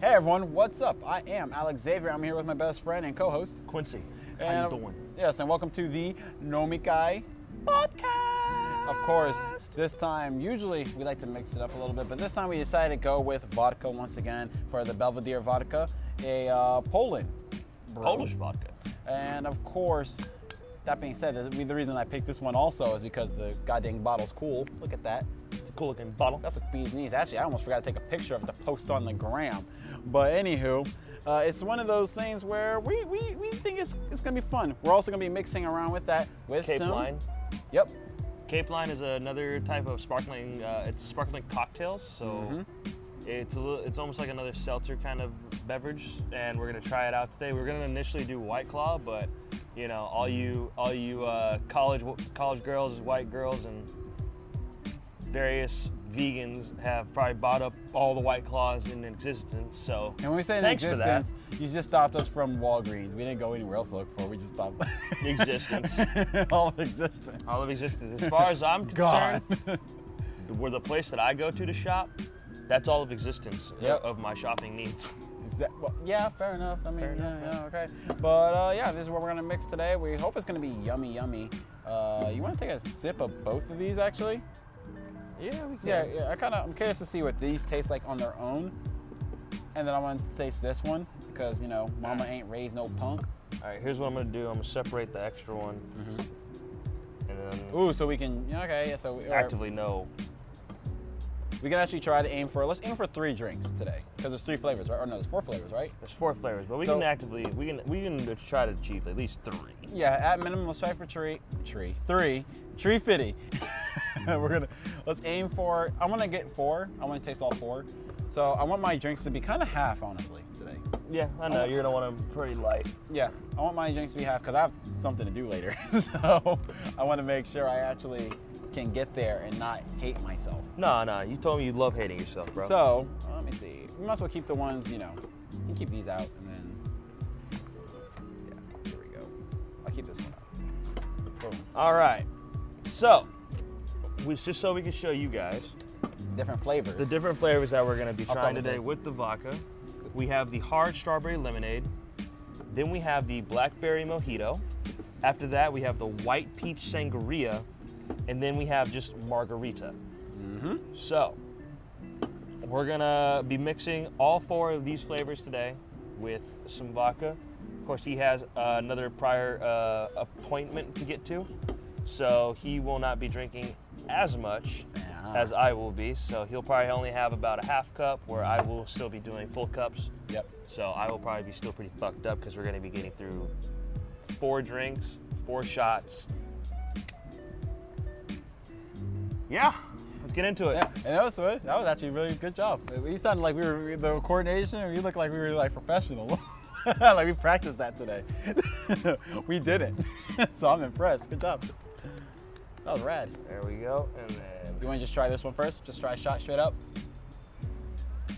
Hey everyone, what's up? I am Alex Xavier. I'm here with my best friend and co-host. Quincy, And- how you doing? Yes, and welcome to the Nomikai podcast. Of course, this time usually we like to mix it up a little bit, but this time we decided to go with vodka once again for the Belvedere vodka, a uh, Poland brew. Polish vodka. And of course, that being said, the the reason I picked this one also is because the goddamn bottle's cool. Look at that. It's a cool looking bottle. That's a bee's knees. Actually, I almost forgot to take a picture of it to post on the gram. But anywho, uh, it's one of those things where we, we, we think it's, it's gonna be fun. We're also gonna be mixing around with that with Cape some- Line. Yep. Cape Line is another type of sparkling. Uh, it's sparkling cocktails, so Mm-hmm. it's a little, it's almost like another seltzer kind of beverage. And we're gonna try it out today. We're gonna initially do White Claw, but you know, all you all you uh, college college girls, white girls, and various vegans have probably bought up all the White Claws in existence. So And when we say in thanks for that. existence, you just stopped us from Walgreens. We didn't go anywhere else to look for. it. We just stopped Existence. all of existence. All of existence. As far as I'm God. concerned, where the place that I go to to shop, that's all of existence uh, Yep. of my shopping needs. Is that- well, yeah, fair enough. I mean, Fair yeah, enough, yeah, okay. But uh, yeah, this is what we're gonna mix today. We hope it's gonna be yummy, yummy. Uh, you wanna take a sip of both of these, actually? Yeah, we can. Yeah, yeah. I kind of. I'm curious to see what these taste like on their own, and then I want to taste this one because you know, Mama ain't raised no punk. All right, here's what I'm gonna do. I'm gonna separate the extra one, and then Ooh, so we can. yeah, Okay, yeah. So we, all right. actively know. we can actually try to aim for. Let's aim for three drinks today because there's three flavors, right? Or no, there's four flavors, right? There's four flavors, but we So- can actively we can we can try to achieve at least three. Yeah. At minimum, let's try for tree, tree, three, tree fitty. We're gonna. Let's aim for. I want to get four. I want to taste all four. So I want my drinks to be kind of half, honestly, today. Yeah, I know you're gonna want them pretty light. Yeah, I want my drinks to be half because I have something to do later. so I want to make sure I actually can get there and not hate myself. No, no, you told me you love hating yourself, bro. So let me see. We might as well keep the ones, you know, you can keep these out and then. Yeah, here we go. I'll keep this one out. Boom. all right, so we, just so we can show you guys. Different flavors. The different flavors that we're gonna be I'll start trying with today this. with the vodka. We have the hard strawberry lemonade. Then we have the blackberry mojito. After that, we have the white peach sangria, and then we have just margarita. So we're gonna be mixing all four of these flavors today with some vodka. Of course, he has uh, another prior uh, appointment to get to, so he will not be drinking as much Yeah. as I will be. So he'll probably only have about a half cup, where I will still be doing full cups. Yep. So I will probably be still pretty fucked up because we're gonna be getting through four drinks, four shots. Yeah, let's get into it. Yeah, and that was good. That was actually a really good job. You sounded like we were the coordination. We looked like we were like professional. like we practiced that today. we didn't. so I'm impressed. Good job. That was rad. There we go, and then You want to just try this one first? Just try a shot straight up.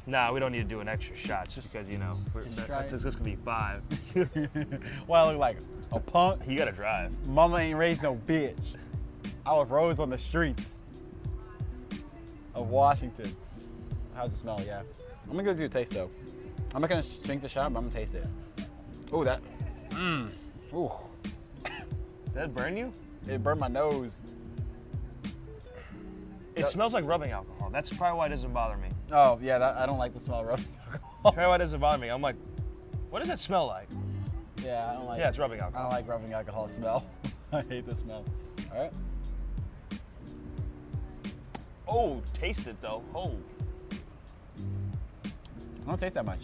Nah, we don't need to do an extra shot just because you know we're, just that, try that's, it. this could be five. well, I look like a punk. You gotta drive. Mama ain't raised no bitch. I was raised on the streets of Washington. How's it smell? Yeah. I'm gonna go do a taste though. I'm not gonna drink the shot, but I'm gonna taste it. Oh, that. Mmm. Ooh, Did that burn you? it burned my nose. It smells like rubbing alcohol. That's probably why it doesn't bother me. Oh yeah, that, I don't like the smell of rubbing alcohol. Probably why it doesn't bother me. I'm like, what does that smell like? Yeah, I don't like. Yeah, it's rubbing I alcohol. don't like rubbing alcohol smell. I hate the smell. All right. Oh, taste it though. Oh, I don't taste that much.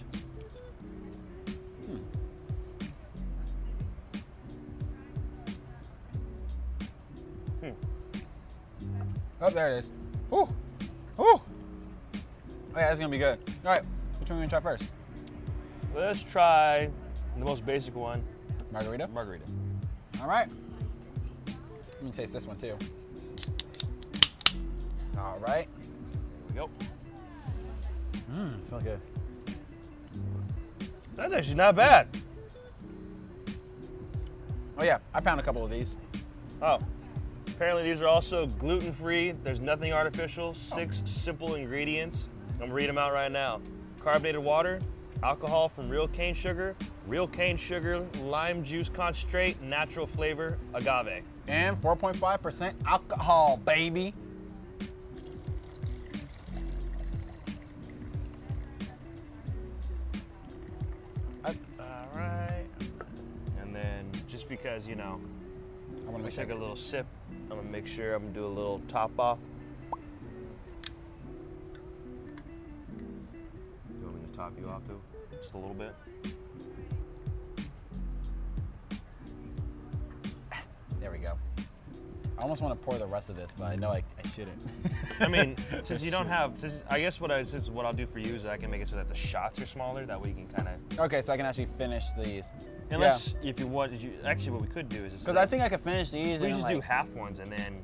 Hmm. Oh, there it is. Woo! Woo! Oh, yeah, it's gonna be good. All right, which one we gonna try first? let's try the most basic one, Margarita. margarita. All right. Let me taste this one too. All right. There we go. Mmm, smells good. That's actually not bad. Oh yeah, I found a couple of these. Oh, apparently these are also gluten free. There's nothing Oh. artificial. Six simple ingredients. I'm gonna read them out right now carbonated water, Alcohol from real cane sugar, real cane sugar, lime juice concentrate, natural flavor, agave. And 4.5% alcohol, baby. All right. And then just because, you know, I want to make I'm gonna sure. take a little sip. I'm gonna make sure I'm gonna do a little top off. You want me to top you off too? Just a little bit. There we go. I almost want to pour the rest of this, but I know I, I shouldn't. I mean, since you don't have, since, I guess what I since what I'll do for you is I can make it so that the shots are smaller. That way you can kind of, okay, so I can actually finish these. unless if you want, you, actually what we could do is just Because I think I could finish these. we and just like, do half ones and then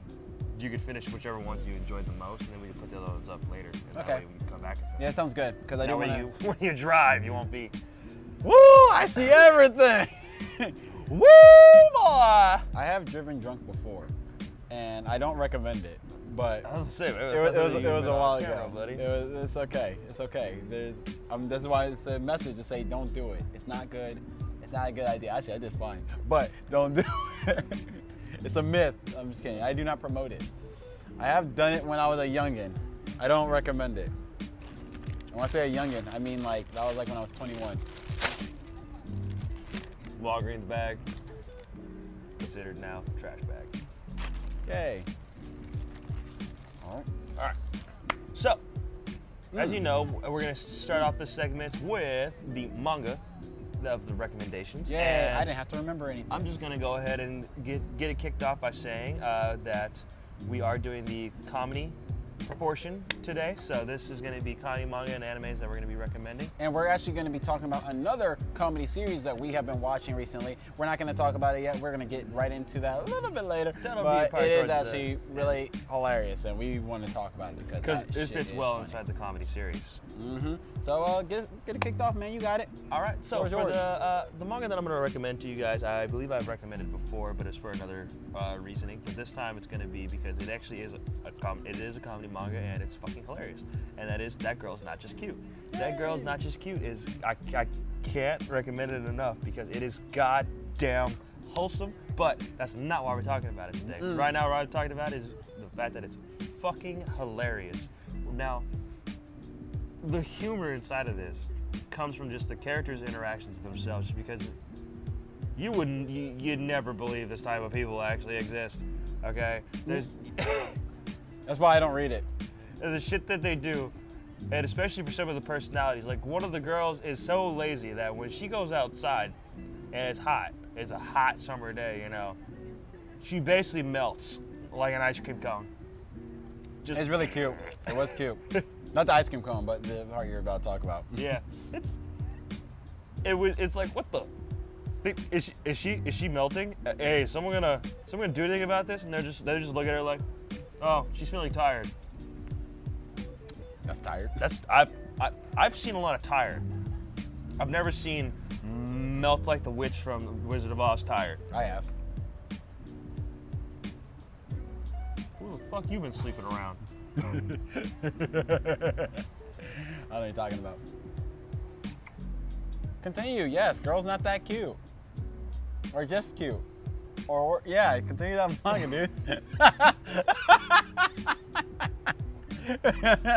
you could finish whichever ones you enjoyed the most, and then we can put the other ones up later. And That Okay. way we can come back. Yeah, sounds good. Because I That do way want you when you drive, you won't be. Woo! I see everything. Woo, boy! I have driven drunk before, and I don't recommend it. But I was gonna say, it was, it was, it was a while ago. buddy. It was, it's okay. It's okay. There's, um, that's why it's a message to say don't do it. It's not good. It's not a good idea. Actually, I did fine. But don't do it. it's a myth. I'm just kidding. I do not promote it. I have done it when I was a youngin. I don't recommend it. And when I say a youngin, I mean like that was like when I was 21. Walgreens bag considered now trash bag. Yay. Oh, All right. All right. So, as Mm. you know, we're gonna start off this segment with the manga of the recommendations. Yeah, I And didn't have to remember anything. I'm just gonna go ahead and get get it kicked off by saying uh, that we are doing the comedy portion today. So this is gonna be comedy manga and animes that we're gonna be recommending. And we're actually going to be talking about another comedy series that we have been watching recently. We're not going to talk about it yet. We're going to get right into that a little bit later. That'll be but probably it is towards the- actually really hilarious, and we want to talk about it because Because that it shit fits is well funny. inside the comedy series. Mhm. So uh, get get it kicked off, man. You got it. All right, so Yours, for yours. the uh, the manga that I'm going to recommend to you guys, I believe I've recommended before, but it's for another uh, reasoning. But this time it's going to be because it actually is a, a com- it is a comedy manga and it's fucking hilarious. And that is that girl's not just cute. That girl's not just cute is I, I can't recommend it enough because it is goddamn wholesome. But that's not why we're talking about it today. Mm. Right now, what I'm talking about is the fact that it's fucking hilarious. Now, the humor inside of this comes from just the characters' interactions themselves, just because you wouldn't, you, you'd never believe this type of people actually exist. Okay, there's That's why I don't read it. the shit that they do, and especially for some of the personalities. Like one of the girls is so lazy that when she goes outside and it's hot, it's a hot summer day, you know, she basically melts like an ice cream cone. Just It's really cute. It was cute. Not the ice cream cone, but the part you're about to talk about. yeah, it's it was. It's like what the. They- Is she, is she is she melting? Uh, Hey, is someone gonna someone gonna do anything about this? And they're just they're just looking at her like, oh, she's feeling tired. That's tired. That's I've I, I've seen a lot of tired. I've never seen melt like the witch from The Wizard of Oz tired. I have. Who the fuck you been sleeping around? I know what you're talking about. Continue, yes, girl's not that cute. Or just cute. Or, or- yeah, continue that manga, dude.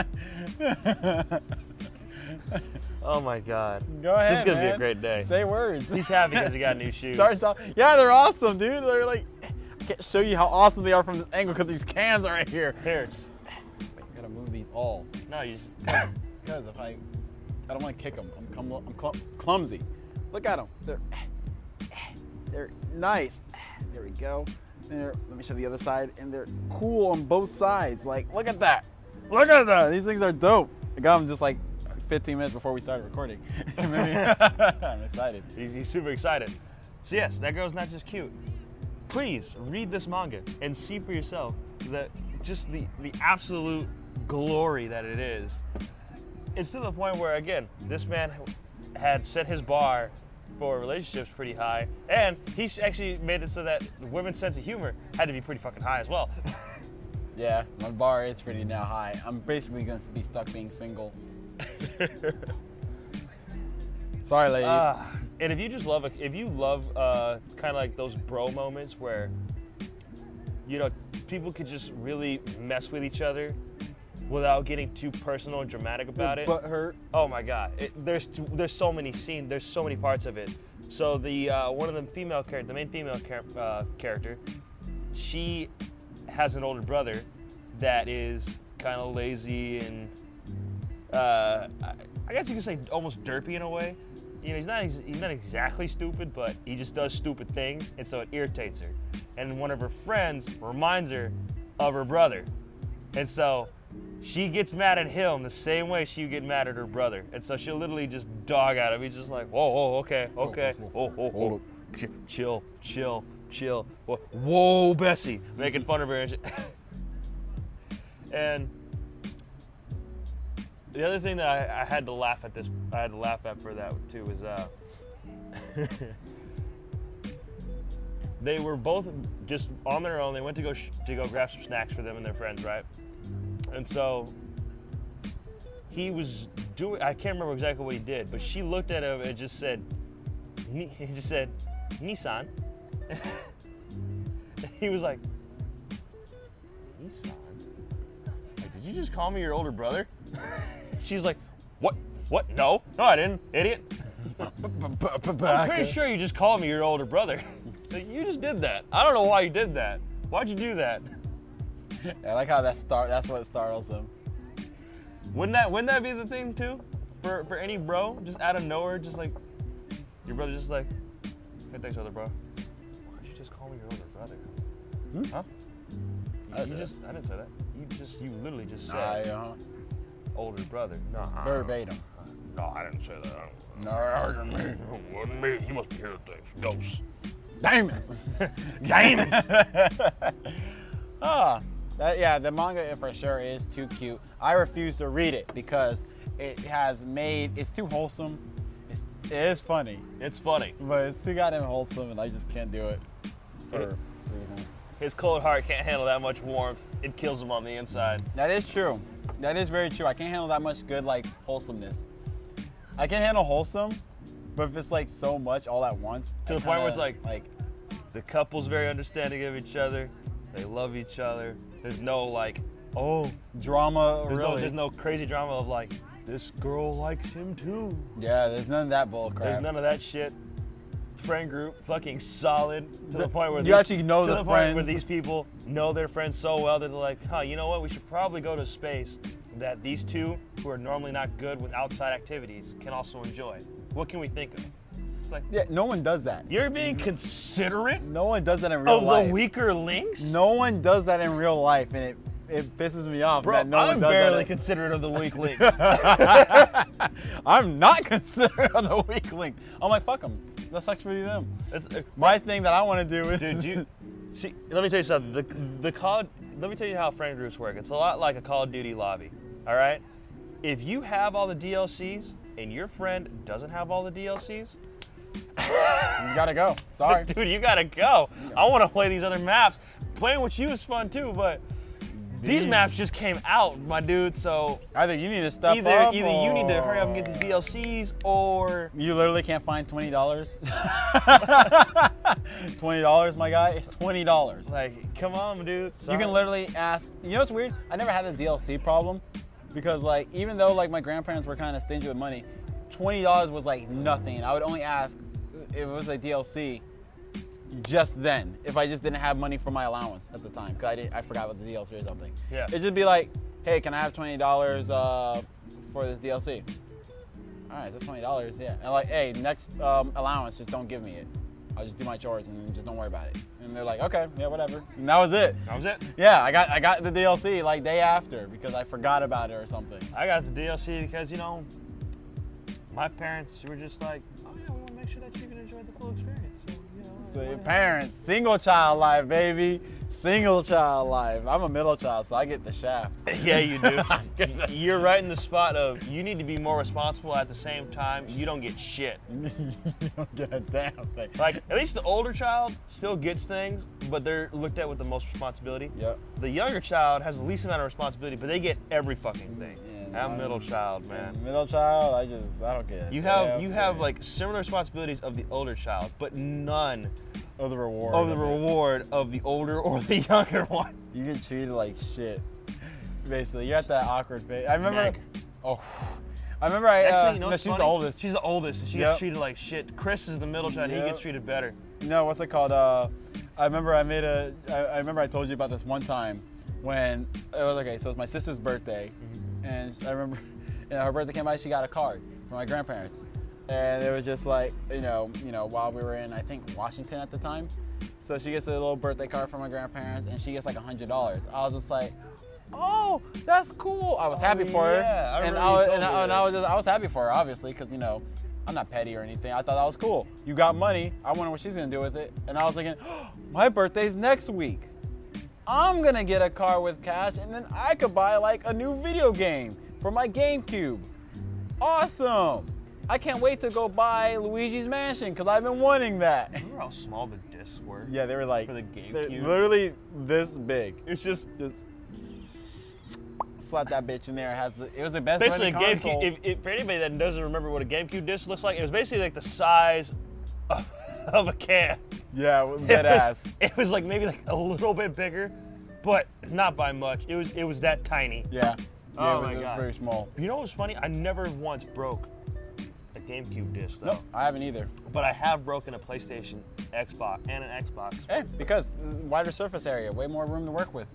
Oh my god. Go ahead. This is gonna be a man. great day. Say words. He's happy because he got new shoes. Start talking. Yeah, they're awesome, dude. They're like, I can't show you how awesome they are from this angle because these cans are right here. Here, just- gotta move these all. no, you just Because if I, I don't want to kick them. I'm, clum- I'm clum- clumsy. Look at them. They're, they're nice. There we go. And they're, let me show the other side. And they're cool on both sides. Like, look at that. Look at that. These things are dope. I got them just like 15 minutes before we started recording. Maybe- I'm excited. He's, he's super excited. So yes, that girl's not just cute. Please read this manga and see for yourself that just the the absolute glory that it is. It's to the point where again, this man had set his bar for relationships pretty high, and he's actually made it so that women's sense of humor had to be pretty fucking high as well. Yeah, my bar is pretty now high. I'm basically going to be stuck being single. Sorry, ladies. Ah, and if you just love, if you love uh, kind of like those bro moments where, you know, people could just really mess with each other without getting too personal and dramatic about it. Butt hurt. Oh my God! It, there's t- there's so many scenes. There's so many parts of it. So the uh, one of the female character, the main female char- uh, character, she has an older brother that is kind of lazy and uh, I, I guess you could say almost derpy in a way. You know, he's not he's, he's not exactly stupid, but he just does stupid things, and so it irritates her. And one of her friends reminds her of her brother, and so she gets mad at him the same way she would get mad at her brother. And so she'll literally just dog at him. He's just like, whoa, whoa, okay, okay, whoa, whoa, whoa, whoa, hold whoa. Ch- chill, chill, chill. Whoa, whoa Bessie, making fun of her. And, shit. and the other thing that I, I had to laugh at this, I had to laugh at for that too, was uh, they were both just on their own. They went to go sh- to go grab some snacks for them and their friends, right? And so he was doing. I can't remember exactly what he did, but she looked at him and just said, "Ni- "He just said Nissan." he was like, "Nissan." Like, Did you just call me your older brother? She's like, what? What? No, no, I didn't, idiot. I'm pretty sure you just called me your older brother. Like, you just did that. I don't know why you did that. Why'd you do that? I like how that start. That's what startles them. Wouldn't that wouldn't that be the thing too? For for any bro, just out of nowhere, just like your brother, just like, hey, thanks, other bro. Why'd you just call me your older brother? Huh? I You, didn't you say just I didn't say that. You just you literally just said I, uh, older brother. No, verbatim. no, I didn't say that. I don't- No, It wasn't me. You must be hearing things. Ghosts. damn it. Games. Ah, that, yeah, the manga for sure is too cute. I refuse to read it because it has made it's too wholesome. It's, it is funny, it's funny. but it's too goddamn wholesome, and I just can't do it for reasons. His cold heart can't handle that much warmth. It kills him on the inside. That is true. That is very true. I can't handle that much good like wholesomeness. I can handle wholesome, but if it's like so much all at once, To I the point where it's kinda, like- like The couple's very understanding of each other. They love each other. There's no like, oh, drama. there's, really? no, there's no crazy drama of like, this girl likes him too. Yeah, there's none of that bull crap. There's none of that shit. Friend group, fucking solid to the, The- point where you these- actually know to the the point where friends. these people know their friends so well that they're like, huh, you know what? We should probably go to a space that these two who are normally not good with outside activities can also enjoy. What can we think of? It's like Yeah, no one does that. you're being considerate No one does that in real of life. the weaker links. No one does that in real life, and it, it pisses me off Bro, that no I'm one does barely that. in- considerate of the weak links. I'm not considered on the weak link. I'm like, fuck them. That sucks for them. That's- My thing that I want to do is uh, Dude, you see. Let me tell you something. The the call. Let me tell you how friend groups work. It's a lot like a Call of Duty lobby. All right. If you have all the DLCs and your friend doesn't have all the DLCs, You gotta go. Sorry. dude, you gotta go. I want to play these other maps. Playing with you is fun too, but these These- maps just came out, my dude. So Either you need to step either up. either you need to hurry up and get or- these DLCs, or You literally can't find twenty dollars. twenty dollars, my guy. It's twenty dollars. like, come on, dude. You Sorry. can literally ask. You know what's weird? I never had a DLC problem because like even though like my grandparents were kind of stingy with money, twenty dollars was like nothing. I would only ask if it was a DLC just then if I just didn't have money for my allowance at the time because I didn't I forgot about the DLC or something. Yeah. It'd just be like, hey, can I have twenty dollars uh, for this DLC? All right, that's twenty dollars. Yeah. And like, hey, next um, allowance, just don't give me it. I'll just do my chores and then just don't worry about it. And they're like, okay, yeah, whatever. And that was it. That was it. Yeah, I got I got the DLC like day after because I forgot about it or something. I got the DLC because you know, my parents were just like, "Oh yeah, we want to make sure that you can enjoy the full experience." So you know, So I your wanna- parents, single child life, baby, single child life. I'm a middle child, so I get the shaft. yeah, you do. You're right in the spot of you need to be more responsible. At the same time, you don't get shit. you don't get a damn thing. Like at least the older child still gets things, but they're looked at with the most responsibility. Yep. The younger child has the least amount of responsibility, but they get every fucking thing. Yeah, I'm middle child, man. Middle child, I just I don't get it. You have you have like similar responsibilities of the older child, but none of Oh, the reward. of the it. reward of the older or the younger one. You get treated like shit. Basically, you're at that awkward phase. I remember. Meg. Oh, I remember. I uh, Actually, you know no, what's she's the funny? oldest. She's the oldest. and She Yep. gets treated like shit. Chris is the middle child. He Yep. gets treated better. No, what's it called? Uh, I remember I made a. I, I remember I told you about this one time when it was okay. So it was my sister's birthday, Mm-hmm. and I remember, you know, her birthday came by. She got a card from my grandparents, and it was just like you know, you know, while we were in I think Washington at the time. So she gets a little birthday card from my grandparents, and she gets like a hundred dollars. I was just like, oh, that's cool. I was happy for her, Oh, yeah, I and, remember I you was, told and, me I, and I this. was just I was happy for her, obviously, because you know, I'm not petty or anything. I thought that was cool. You got money. I wonder what she's gonna do with it. And I was thinking, my birthday's next week. I'm gonna get a car with cash, and then I could buy like a new video game for my GameCube. Awesome! I can't wait to go buy Luigi's Mansion because I've been wanting that. Remember how small the discs were? Yeah, they were like For the they're GameCube? literally this big. It's just just slap that bitch in there. It has the- it was the best. Basically, a running console. GameCube. If, if, for anybody that doesn't remember what a GameCube disc looks like, it was basically like the size of, of a can. Yeah, it was It dead was, ass. It was like maybe like a little bit bigger, but not by much. It was it was that tiny. Yeah. Oh yeah, it was, my it was God. very small. You know what's funny? I never once broke a GameCube disc though. No, I haven't either. But I have broken a PlayStation, Xbox, and an Xbox. Hey, because this is wider surface area, way more room to work with.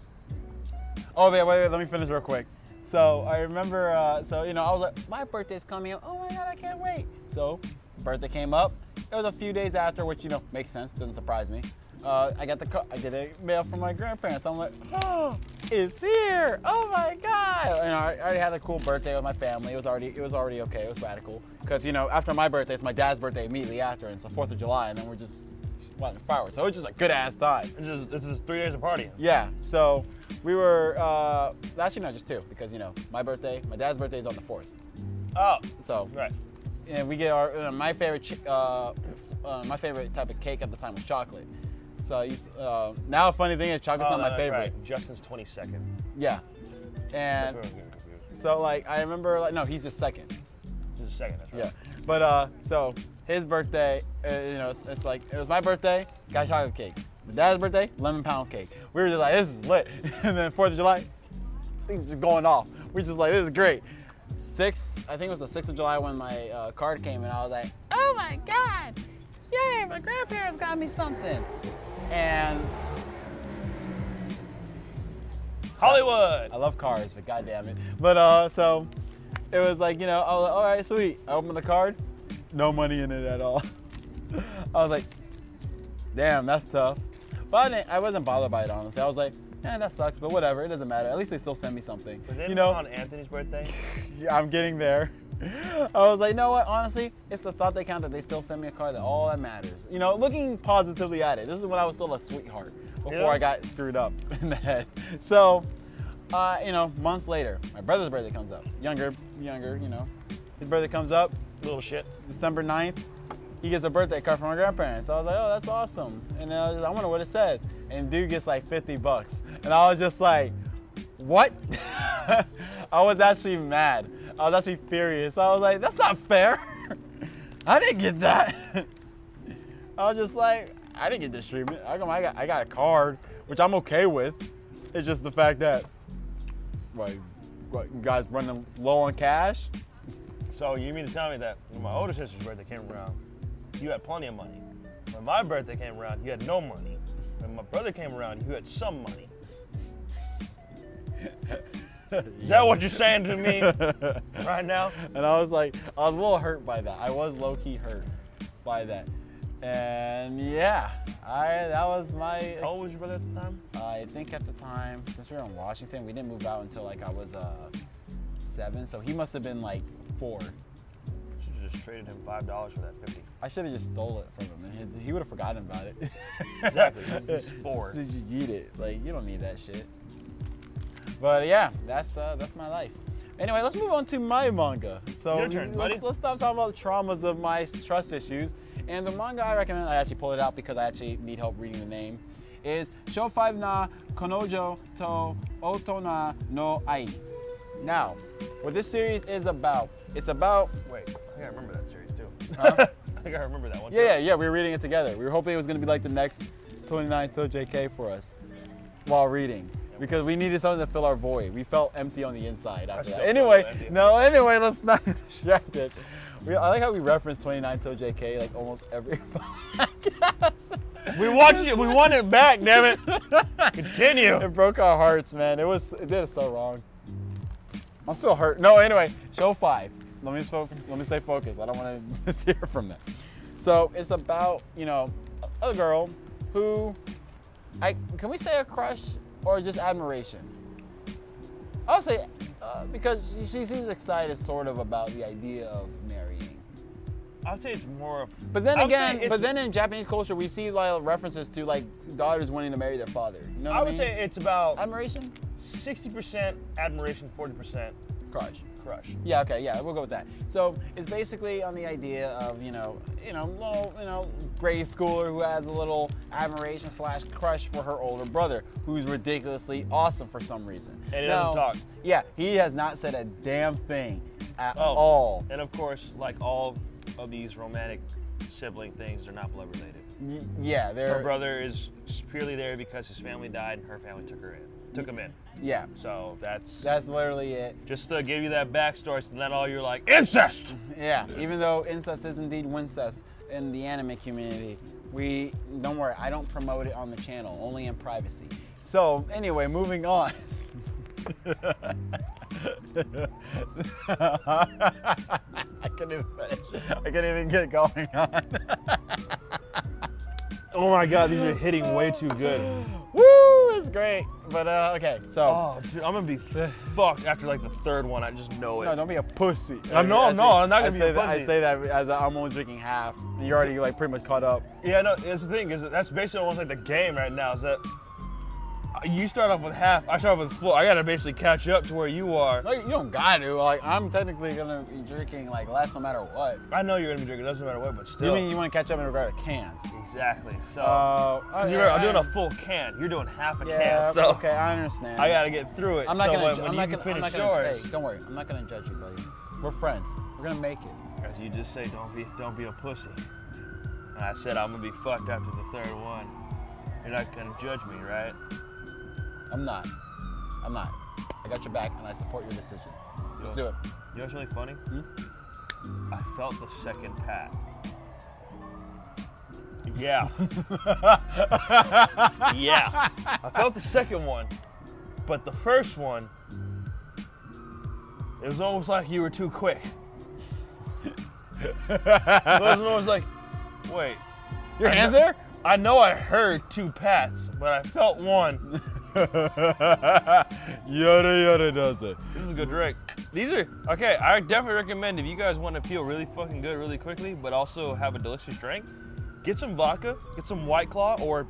Oh, wait, wait, wait, let me finish real quick. So I remember, uh, so, you know, I was like, my birthday's coming up. Oh my God, I can't wait. So, birthday came up. It was a few days after, which, you know, makes sense, doesn't surprise me. Uh, I got the car, I get a mail from my grandparents. I'm like, oh, it's here. Oh my God. And I I already had a cool birthday with my family. It was already, it was already okay. It was radical. Because, you know, after my birthday, it's my dad's birthday immediately after, and it's the 4th of July, and then we're just watching fireworks. So it was just a good ass time. This is this is three days of partying. Yeah. So we were uh, actually no, just two because you know my birthday, my dad's birthday is on the fourth. Oh, So right. and we get our uh, my favorite ch- uh, uh, my favorite type of cake at the time was chocolate. So you, s- uh, now a funny thing is chocolate's Oh, not no, my that's favorite. right. Justin's 22nd. Yeah. That's And where I was getting confused. so like I remember like no he's just second. This is second. That's right. Yeah. But uh, so his birthday, uh, you know, it's, it's like it was my birthday, got chocolate cake. My dad's birthday, lemon pound cake. We were just like, this is lit. and then Fourth of July, things just going off. We just like, this is great. Six, I think it was the sixth of July when my uh, card came, and I was like, oh my god, yay! My grandparents got me something. And Hollywood. I love cars, but god damn it. But uh, so it was like, you know, I was like, all right, sweet. I opened the card, no money in it at all. I was like, damn, that's tough. But I, didn't, I wasn't bothered by it, honestly. I was like, eh, that sucks, but whatever, it doesn't matter. At least they still send me something. Was it You know, on Anthony's birthday? yeah, I'm getting there. I was like, you know what? Honestly, it's the thought they count that they still send me a card. That all that matters. You know, looking positively at it. This is when I was still a sweetheart before Yeah. I got screwed up in the head. So, uh, you know, months later, my brother's birthday comes up. Younger, younger, you know, his birthday comes up. Little shit. December 9th, he gets a birthday card from my grandparents. I was like, oh, that's awesome. And I, was just, I wonder what it says. And dude gets like 50 bucks. And I was just like, what? I was actually mad. I was actually furious. I was like, that's not fair. I didn't get that. I was just like, I didn't get this treatment. How come I got, I got a card, which I'm okay with. It's just the fact that, like, what, you guys running low on cash? So you mean to tell me that when my older sister's birthday came around, you had plenty of money. When my birthday came around, you had no money. When my brother came around, you had some money. Is that what you're saying to me right now? And I was like, I was a little hurt by that. I was low key hurt by that. And yeah, I that was my. How old was your brother at the time? I think at the time, since we were in Washington, we didn't move out until like I was uh, seven, so he must have been like four. Should have just traded him five dollars for that fifty. I should have just stole it from him, and he, he would have forgotten about it. Exactly, he's four. Did you eat it? Like you don't need that shit. But yeah, that's uh, that's my life. Anyway, let's move on to my manga. So Your turn, let's, buddy. let's stop talking about the traumas of my trust issues. And the manga I recommend, I actually pulled it out because I actually need help reading the name, is Show Five Na Konojo to Otona no Ai. Now, what this series is about, it's about Wait, I gotta remember that series too. Huh? I gotta remember that one. too. Yeah, yeah, yeah. We were reading it together. We were hoping it was going to be like the next 29 till JK for us while reading because we needed something to fill our void. We felt empty on the inside after still that. feel Anyway, empty. no, anyway, let's not get distracted. We, I like how we reference 29 till JK like almost every podcast. We watched it. We want it back. Damn it. It Continue. broke our hearts, man. It was it did us so wrong. I'm still hurt. No, anyway, show five. Let me fo- let me stay focused. I don't want to tear from that. So it's about you know a a girl who I can we say a crush or just admiration? I'll say uh, because she, she seems excited sort of about the idea of marrying. I would say it's more. of- But then I would say again, it's- but then in Japanese culture we see like references to like daughters wanting to marry their father. You know what I I would mean? say it's about admiration, 60% admiration, 40% crush. crush. Yeah, okay, yeah, we'll go with that. So it's basically on the idea of, you know, you know, little, you know, grade schooler who has a little admiration slash crush for her older brother, who's ridiculously awesome for some reason. And he doesn't talk. Yeah, he has not said a damn thing at Oh, all. And of course, like all of these romantic sibling things, they're not blood related. Y- yeah, Her they're brother is purely there because his family died and her family took her in, took him in. yeah. So that's, That's literally it. just to give you that backstory, so not all you're like incest. Yeah, even though incest is indeed wincest in the anime community, we don't worry, I don't promote it on the channel, only in privacy. So anyway, moving on. I couldn't even finish. I couldn't even get going on. Oh my God, these are hitting way too good. Woo, it's great. But uh, okay, so Oh, dude, I'm gonna be fucked after like the third one. I just know it. no, don't be a pussy. I know, no, I'm not I gonna be say a that- I pussy. say that as I'm only drinking half. and You're already like pretty much caught up. Yeah, no. That's the thing is that that's basically almost like the game right now. Is that you start off with half, I start off with full. I gotta basically catch up to where you are. No, you don't got to. Like, I'm technically gonna be drinking like less no matter what. I know you're gonna be drinking. Doesn't matter what, but You still. mean you want to catch up in regard to cans? exactly. So. Uh, 'cause you're, I'm doing a full can. You're doing half a yeah. can. So okay, I understand. I gotta get through it. I'm not so gonna. when- ju- when I'm you not gonna. can I'm finish not gonna. yours, Hey, don't worry. I'm not gonna judge you, buddy. We're friends. We're gonna make it. as you just say, don't be, don't be a pussy. And I said I'm gonna be fucked after the third one. You're not gonna judge me, right? I'm not. I'm not. I got your back, and I support your decision. Let's do Yo. it. Hmm? You know what's really funny? I felt the second pat. Yeah. yeah. I felt the second one, but the first one, it was almost like you were too quick. it was almost like, wait, Your hands there? I know I heard two pats, but I felt one. yada yada does it. This is a good drink. These are okay. I definitely recommend if you guys want to feel really fucking good really quickly, but also have a delicious drink. Get some vodka, get some White Claw or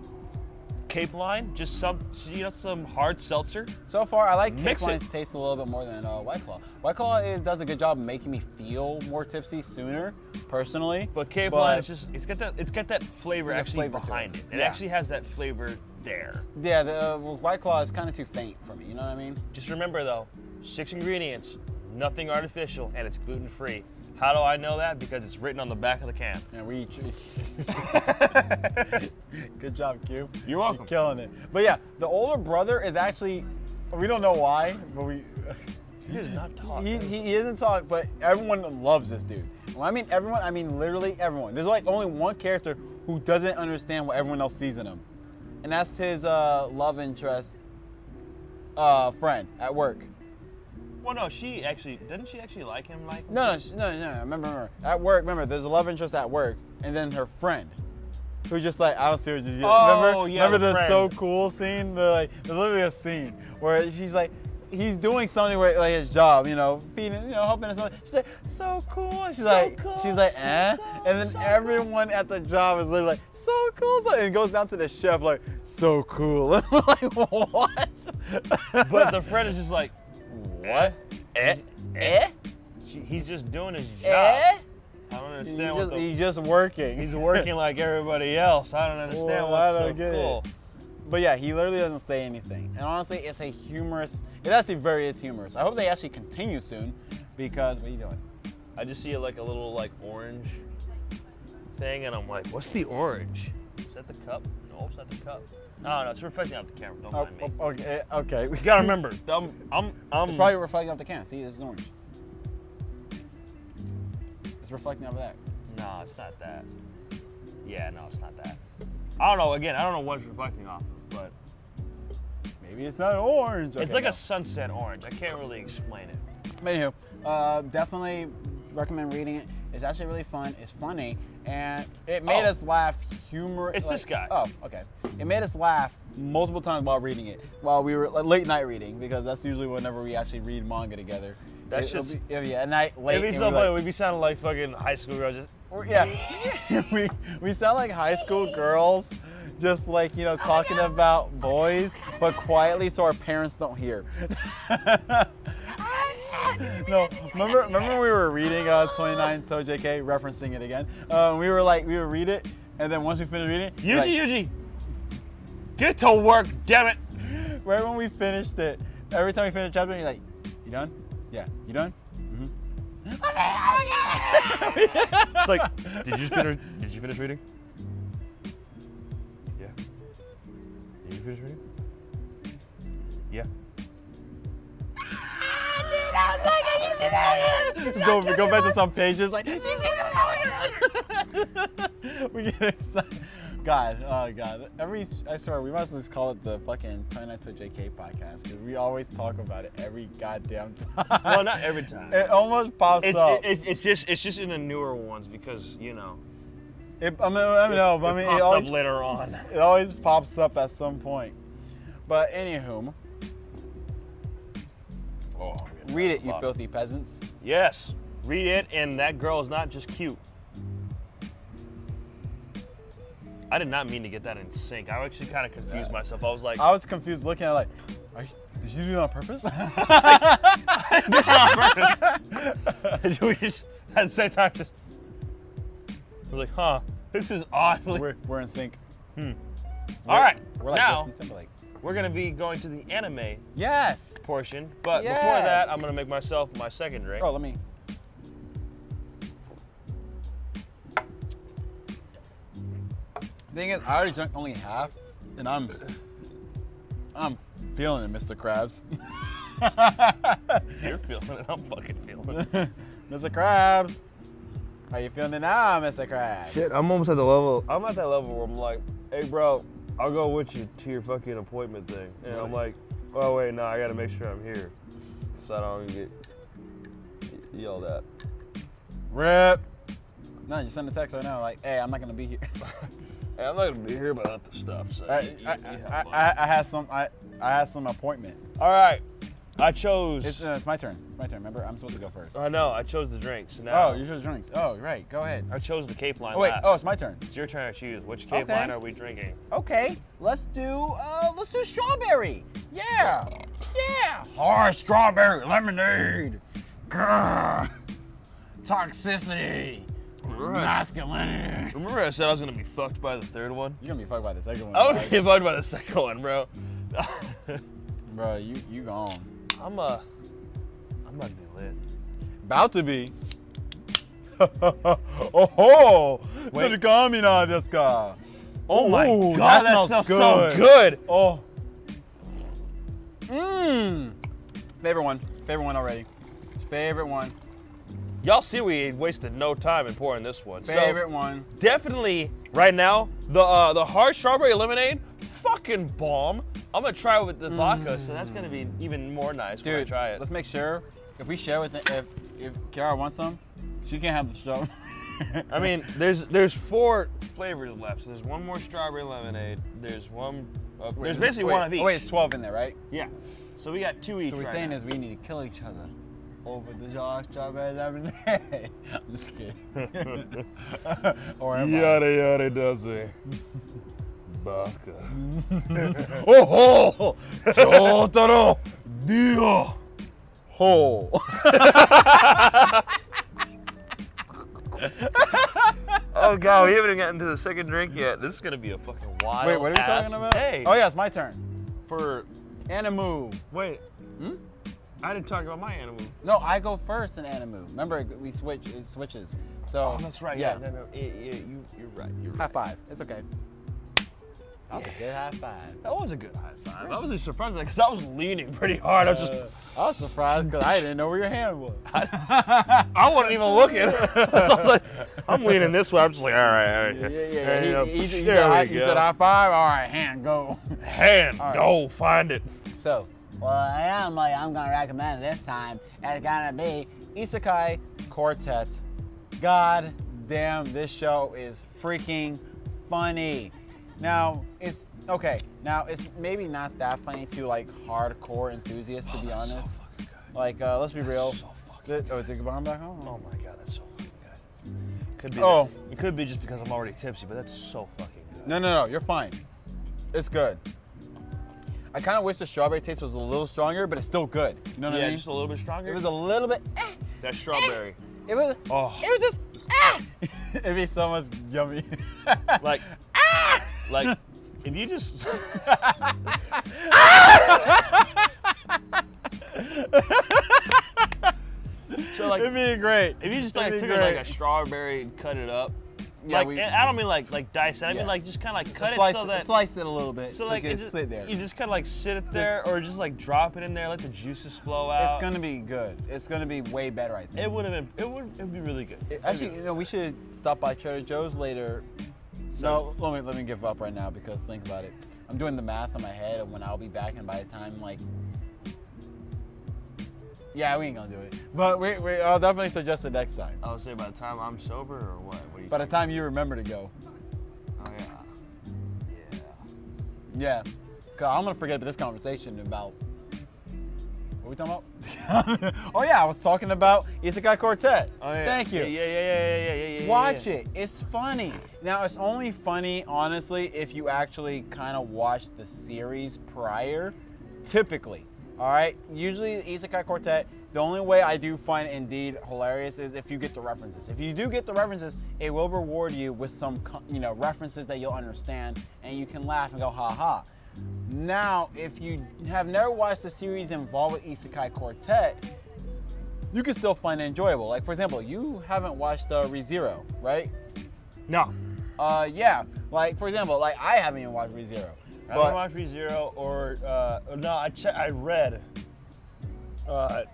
Cape Line, just some you know some hard seltzer. So far, I like Cape Mix it. Line's taste a little bit more than uh, White Claw. White Claw is, does a good job making me feel more tipsy sooner, personally. But Cape Line is just it's got that it's got that flavor There's a actually flavor to behind it. it. It Yeah. actually has that flavor there. yeah, the uh, White Claw is kind of too faint for me. You know what I mean? Just remember though, six ingredients, nothing artificial, and it's gluten free. How do I know that? Because it's written on the back of the can. And we. good job, Q. You're welcome. You're killing it. But yeah, the older brother is actually. We don't know why, but we. He does not talk. He, he, he doesn't talk, but everyone loves this dude. When I mean everyone, I mean literally everyone. There's like only one character who doesn't understand what everyone else sees in him, and that's his uh, love interest uh, friend at work. Well, no, she actually didn't. She actually like him, like. No, no, sh- no, no. no, Remember, remember. At work, remember. There's a love interest at work, and then her friend, who's just like, I don't see what you did. Oh, remember, yeah, remember the the friend. so cool scene. The like, there's literally a scene where she's like, he's doing something where like his job, you know, feeding, you know, helping us. She's like, so cool. and She's So like, cool, she's like, so eh. cool, and then so cool. everyone at the job is literally like, so cool. so- And it goes down to the chef like, so cool. I'm like, what? But the friend is just like, what? Eh? Eh? she, he's just doing his job. Eh? I don't He's understand what just, the. he's just working. he's working like everybody else. I don't understand Well, I what's don't so get it. cool. But yeah, he literally doesn't say anything. And honestly, it's a humorous, It actually very is humorous. I hope they actually continue soon because what are you doing? I just see like a little like orange thing, and I'm like, what's the orange? Is that the cup? No, it's not the cup. No, no, it's reflecting off the camera. Don't Oh, mind me. oh, okay, okay. You gotta remember, I'm, I'm, I'm. It's probably reflecting off the can. See, this is orange. It's reflecting off of that. No, it's not that. Yeah, no, it's not that. I don't know. Again, I don't know what it's reflecting off of, but Maybe it's not orange. it's like a sunset orange. I can't really explain it. But anywho, uh, definitely recommend reading it. It's actually really fun. It's funny, and it made Oh. us laugh. Humor. It's this guy. Oh, okay. It made us laugh multiple times while reading it, while we were like, late night reading, because that's usually whenever we actually read manga together. That's It'll just- be, it'll be at night late. It'd be and so we're like- funny. We'd be sounding like fucking high school girls. Just we're- yeah, we we sound like high school girls, just like you know talking about boys, but quietly so our parents don't hear. no, remember remember when we were reading uh, 29 So JK, referencing it again. Um, we were like we would read it, and then once we finished reading, it, Yuji, like, Yuji, get to work, damn it. right when we finished it, every time we finished a chapter, he's like, "You done? Yeah, you done? hmm It's like, did you finish? Did you finish reading? Yeah. Did you finish reading? Yeah. go, go back to some pages like we get excited. God, oh god. Every I swear we might as well just call it the fucking Plan to JK podcast because we always talk about it every goddamn time. Well, not every time. It almost pops It's, up. it- it's, it's just it's just in the newer ones because you know. It- I mean, I mean, no, but I it mean, popped it up always, later on. it always pops up at some point. But anywho, Oh, read it, you filthy peasants. Yes, read it, and that girl is not just cute. I did not mean to get that in sync. I actually kind of confused myself. I was like, I was confused looking at it like, Are you, did you do it on purpose? And we just at the same time just we're like, huh, this is oddly. we're, we're in sync. Hmm. All right, We're like now Justin Timberlake. we're gonna be going to the anime Yes. portion, but before Yes. that, I'm gonna make myself my second drink. Oh, let me. Thing is, I already drank only half, and I'm, I'm feeling it, Mr. Krabs. You're feeling it, I'm fucking feeling it. Mr. Krabs, how you feeling it now, Mr. Krabs? I'm almost at the level. I'm at that level where I'm like, hey, bro, I'll go with you to your fucking appointment thing, and I'm like, oh wait, no, I gotta make sure I'm here, so I don't get yelled at. Rip. No, you send a text right now, like, hey, I'm not gonna be here. I'm not gonna be here about the stuff. So I, I, I, I, I had some, I, I had some appointment. All right, I chose. It's, uh, it's my turn. It's my turn. Remember, I'm supposed to go first. I know. I chose the drinks. Now Oh, you chose drinks. Oh, right. Go ahead. I chose the cape line Oh wait. last. Oh, it's my turn. it's your turn to choose. Which cape Okay. line are we drinking? Okay, let's do uh, let's do strawberry. Yeah, yeah. Hard strawberry lemonade. Grr. Toxicity. Masculinity. Remember, I said I was gonna be fucked by the third one. You're gonna be fucked by the second one, I was right? gonna be fucked by the second one, bro. bro. You you gone. I'm a. I'm about to be lit. About to be. oh ho! Wait. Tsurugamina desu ka? Oh my Ooh, god, that, that smells smells so good. good. Oh. Mmm. Favorite one. Favorite one already. Favorite one. Y'all see, we wasted no time in pouring this one. Favorite So one. definitely, right now, the uh, the hard strawberry lemonade, fucking bomb. I'm gonna try it with the vodka, so that's gonna be even more nice when I Dude, try it. let's make sure if we share with if if Kiara wants some, she can't have the show. I mean, there's there's four flavors left. So there's one more strawberry lemonade. There's one. Uh, there's basically wait, one of each. Oh, wait, it's 12 in there, right? yeah. So we got two each. so we're right saying now. is we need to kill each other over the jar of strawberry lemonade. I'm just kidding. or am I? yada does it. Baka. Oh ho! Jotaro! Dio! Ho! Oh god, we haven't even gotten to the second drink yet. This is gonna be a fucking wild. Wait, what are we Oh, ass talking about? Day Oh yeah, it's my turn. For Animu. wait, Hmm? I didn't talk about my animal. No, I go first in Animu. Remember, we switch. It switches. So. Oh, that's right. Yeah. Yeah. No, no, yeah, yeah, you, you're right. You're right. High five. It's okay. That was a good high five. That was a good high five. I was just surprised because I was leaning pretty hard. I was just, Uh, I was surprised because I didn't know where your hand was. I wasn't even looking. so I was like, I'm leaning this way. I'm just like, all right, all right. yeah, yeah, There you yeah. go. He, he, he, said, There hi- we he go. said high five. All right, hand go. Hand, right. go find it. So, well, I am like I'm gonna recommend this time. It's gonna be Isekai Quartet. God damn, this show is freaking funny. Now it's okay. Now it's maybe not that funny to like hardcore enthusiasts, to be Oh, honest. like, uh, let's be real. so fucking Th- oh, is it bomb back home? Oh my god, that's so fucking good. Could be. Oh. that- It could be just because I'm already tipsy, but that's so fucking good. No, no, no. You're fine. It's good. I kind of wish the strawberry taste was a little stronger, but it's still good. You know what I yeah, mean? just a little bit stronger. it was a little bit. eh, that strawberry. It was. Oh. It was just. Ah! It'd be so much yummy. like, Ah! like, if you just, so like, It'd be great. if you It'd just like be took it like great. a strawberry and cut it up, Yeah, like we- and I don't mean like like dice it. I Yeah. mean like just kind of like cut slice, it so that slice it a little bit. so like it it just just, sit there. you just kind of like sit it there or just like drop it in there, let the juices flow out. it's gonna be good. It's gonna be way better, I think. It would have been. It would. It would be really good. It- actually, you know, we should stop by Trader Joe's later. No, let me let me give up right now because think about it. I'm doing the math in my head and when I'll be back, and by the time like, yeah, we ain't gonna do it. But we, we I'll definitely suggest it next time. I would say by the time I'm sober or what? what do you By the time you remember to go, Oh yeah. Yeah. yeah, i I'm gonna forget this conversation about. What we talking about? oh yeah, I was talking about Isekai Quartet. Oh yeah. Thank you. Yeah yeah yeah yeah yeah yeah. yeah, yeah Watch yeah. it. It's funny. Now, it's only funny, honestly, if you actually kind of watch the series prior, typically. All right? Usually, Isekai Quartet, the only way I do find indeed hilarious is if you get the references. If you do get the references, it will reward you with some, co- you know, references that you'll understand and you can laugh and go, ha ha. Now, if you have never watched the series involved with Isekai Quartet, you can still find it enjoyable. Like for example, you haven't watched uh, ReZero, right? No. Uh, yeah. Like for example, like I haven't even watched ReZero. I didn't But watch ReZero or uh, no. I che- I read. Uh,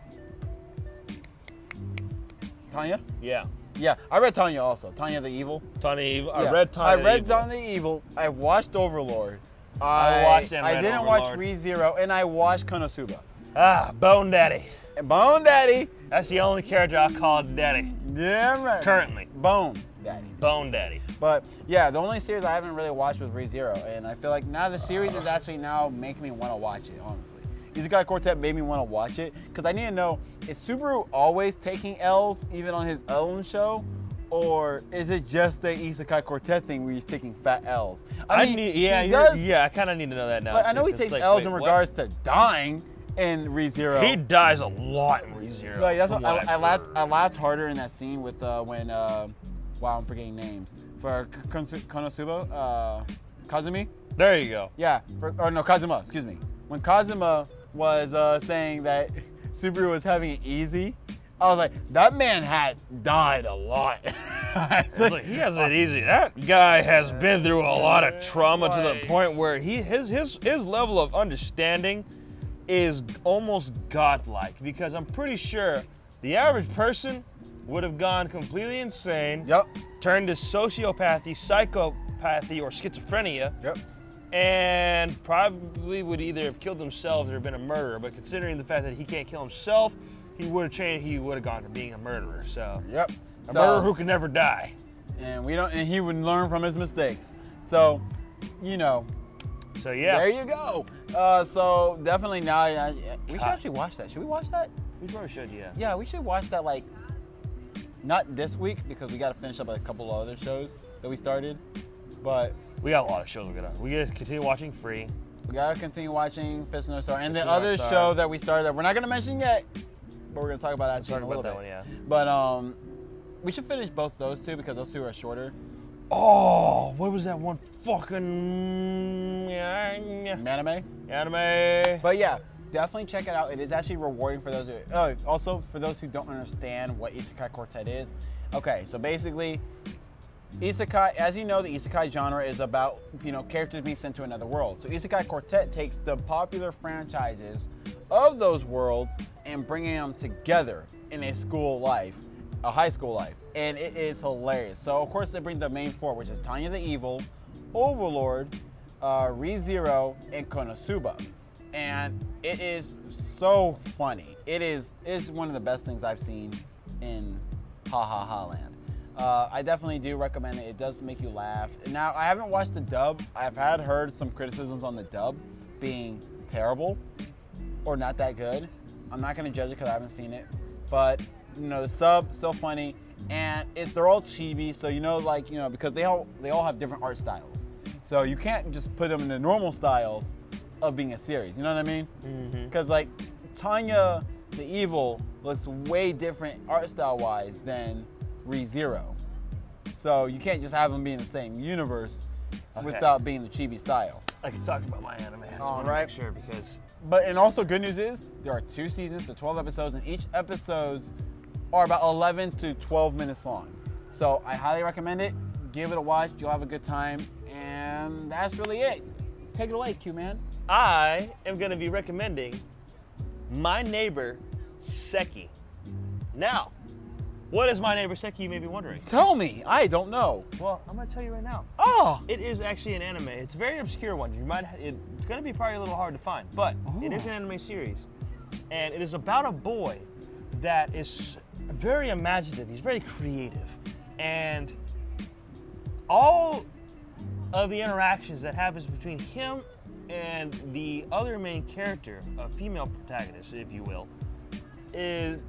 Tanya? yeah. Yeah, I read Tanya also. Tanya the Evil. Tony Evil. Yeah. I read Tony. I read Evil. Tanya the Evil. I watched Overlord. I, I watched and I read didn't watch Overlord. ReZero, and I watched Konosuba. Ah, Bone Daddy. And Bone Daddy. That's the only character I call Daddy Yeah, right. currently. Bone Daddy. Bone Daddy. But yeah, the only series I haven't really watched was ReZero, and I feel like now the series is actually now making me want to watch it. Honestly, Isekai Quartet made me want to watch it because I need to know: is Subaru always taking L's even on his own show, or is it just the Isekai Quartet thing where he's taking fat L's? I, need. Yeah. he you're- does. Yeah. I kind of need to know that now. Like, I know too, he 'cause, takes like, L's wait, in what? regards to dying in ReZero. He dies a lot in ReZero. Like that's from what, I, I've I laughed. heard. I laughed harder in that scene with uh, when. Uh, wow, I'm forgetting names. For K- Konsu- Konosuba, uh, Kazumi. There you go. Yeah, for, or no, Kazuma. Excuse me. When Kazuma was uh, saying that Subaru was having it easy, I was like, that man had died a lot. It's like, he has it easy. That guy has been through a lot of trauma to the Like- point where he his his his level of understanding is almost godlike because I'm pretty sure the average person would have gone completely insane, Yep. turned to sociopathy, psychopathy, or schizophrenia, Yep. and probably would either have killed themselves or been a murderer. But considering the fact that he can't kill himself, he would have changed. He would have gone to being a murderer. So Yep. So- a murderer who can never die. and we don't. And he would learn from his mistakes. So, you know, So yeah. There you go. Uh, so definitely now uh, we should Hot. actually watch that. Should we watch that? We probably should, yeah. Yeah, we should watch that like not this week because we got to finish up a couple of other shows that we started, but We got a lot of shows we got. We got to continue watching Free. we gotta continue watching Fist in the Star and the Fist in the other Star. show that we started that we're not gonna mention yet, but we're gonna talk about that in Sorry a about little that bit. one, yeah. But um, we should finish both those two because those two are shorter. Oh, what was that one fucking anime? Anime. But yeah, definitely check it out. It is actually rewarding for those. Who, oh, also for those who don't understand what Isekai Quartet is. Okay, so basically, Isekai, as you know, the isekai genre is about, you know, characters being sent to another world. So Isekai Quartet takes the popular franchises of those worlds and bringing them together in a school life, a high school life. And it is hilarious. So of course they bring the main four, which is Tanya the Evil, Overlord, uh, ReZero, and Konosuba. And it is so funny. It is it's one of the best things I've seen in Ha Ha Ha Land. Uh, I definitely do recommend it. It does make you laugh. Now, I haven't watched the dub. I've had heard some criticisms on the dub being terrible or not that good. I'm not gonna judge it because I haven't seen it, but you know the sub still funny, and it's they're all chibi, so you know like you know because they all they all have different art styles, so you can't just put them in the normal styles of being a series. You know what I mean? Because like Tanya the Evil looks way different art style wise than ReZero. So you can't just have them be in the same universe without being the chibi style. I can talk about my anime. I just All wanna make right. sure because But and also good news is there are two seasons, the 12 episodes, and each episodes are about 11 to 12 minutes long. So I highly recommend it. Give it a watch. You'll have a good time. And that's really it. Take it away, Q man. I am going to be recommending my neighbor Seki. Now, what is my neighbor Seki? You may be wondering. Tell me. I don't know. Well, I'm going to tell you right now. Oh. It is actually an anime. It's a very obscure one. You might it, it's going to be probably a little hard to find, but it is an anime series, and it is about a boy that is very imaginative. He's very creative, and all of the interactions that happens between him and the other main character, a female protagonist, if you will, is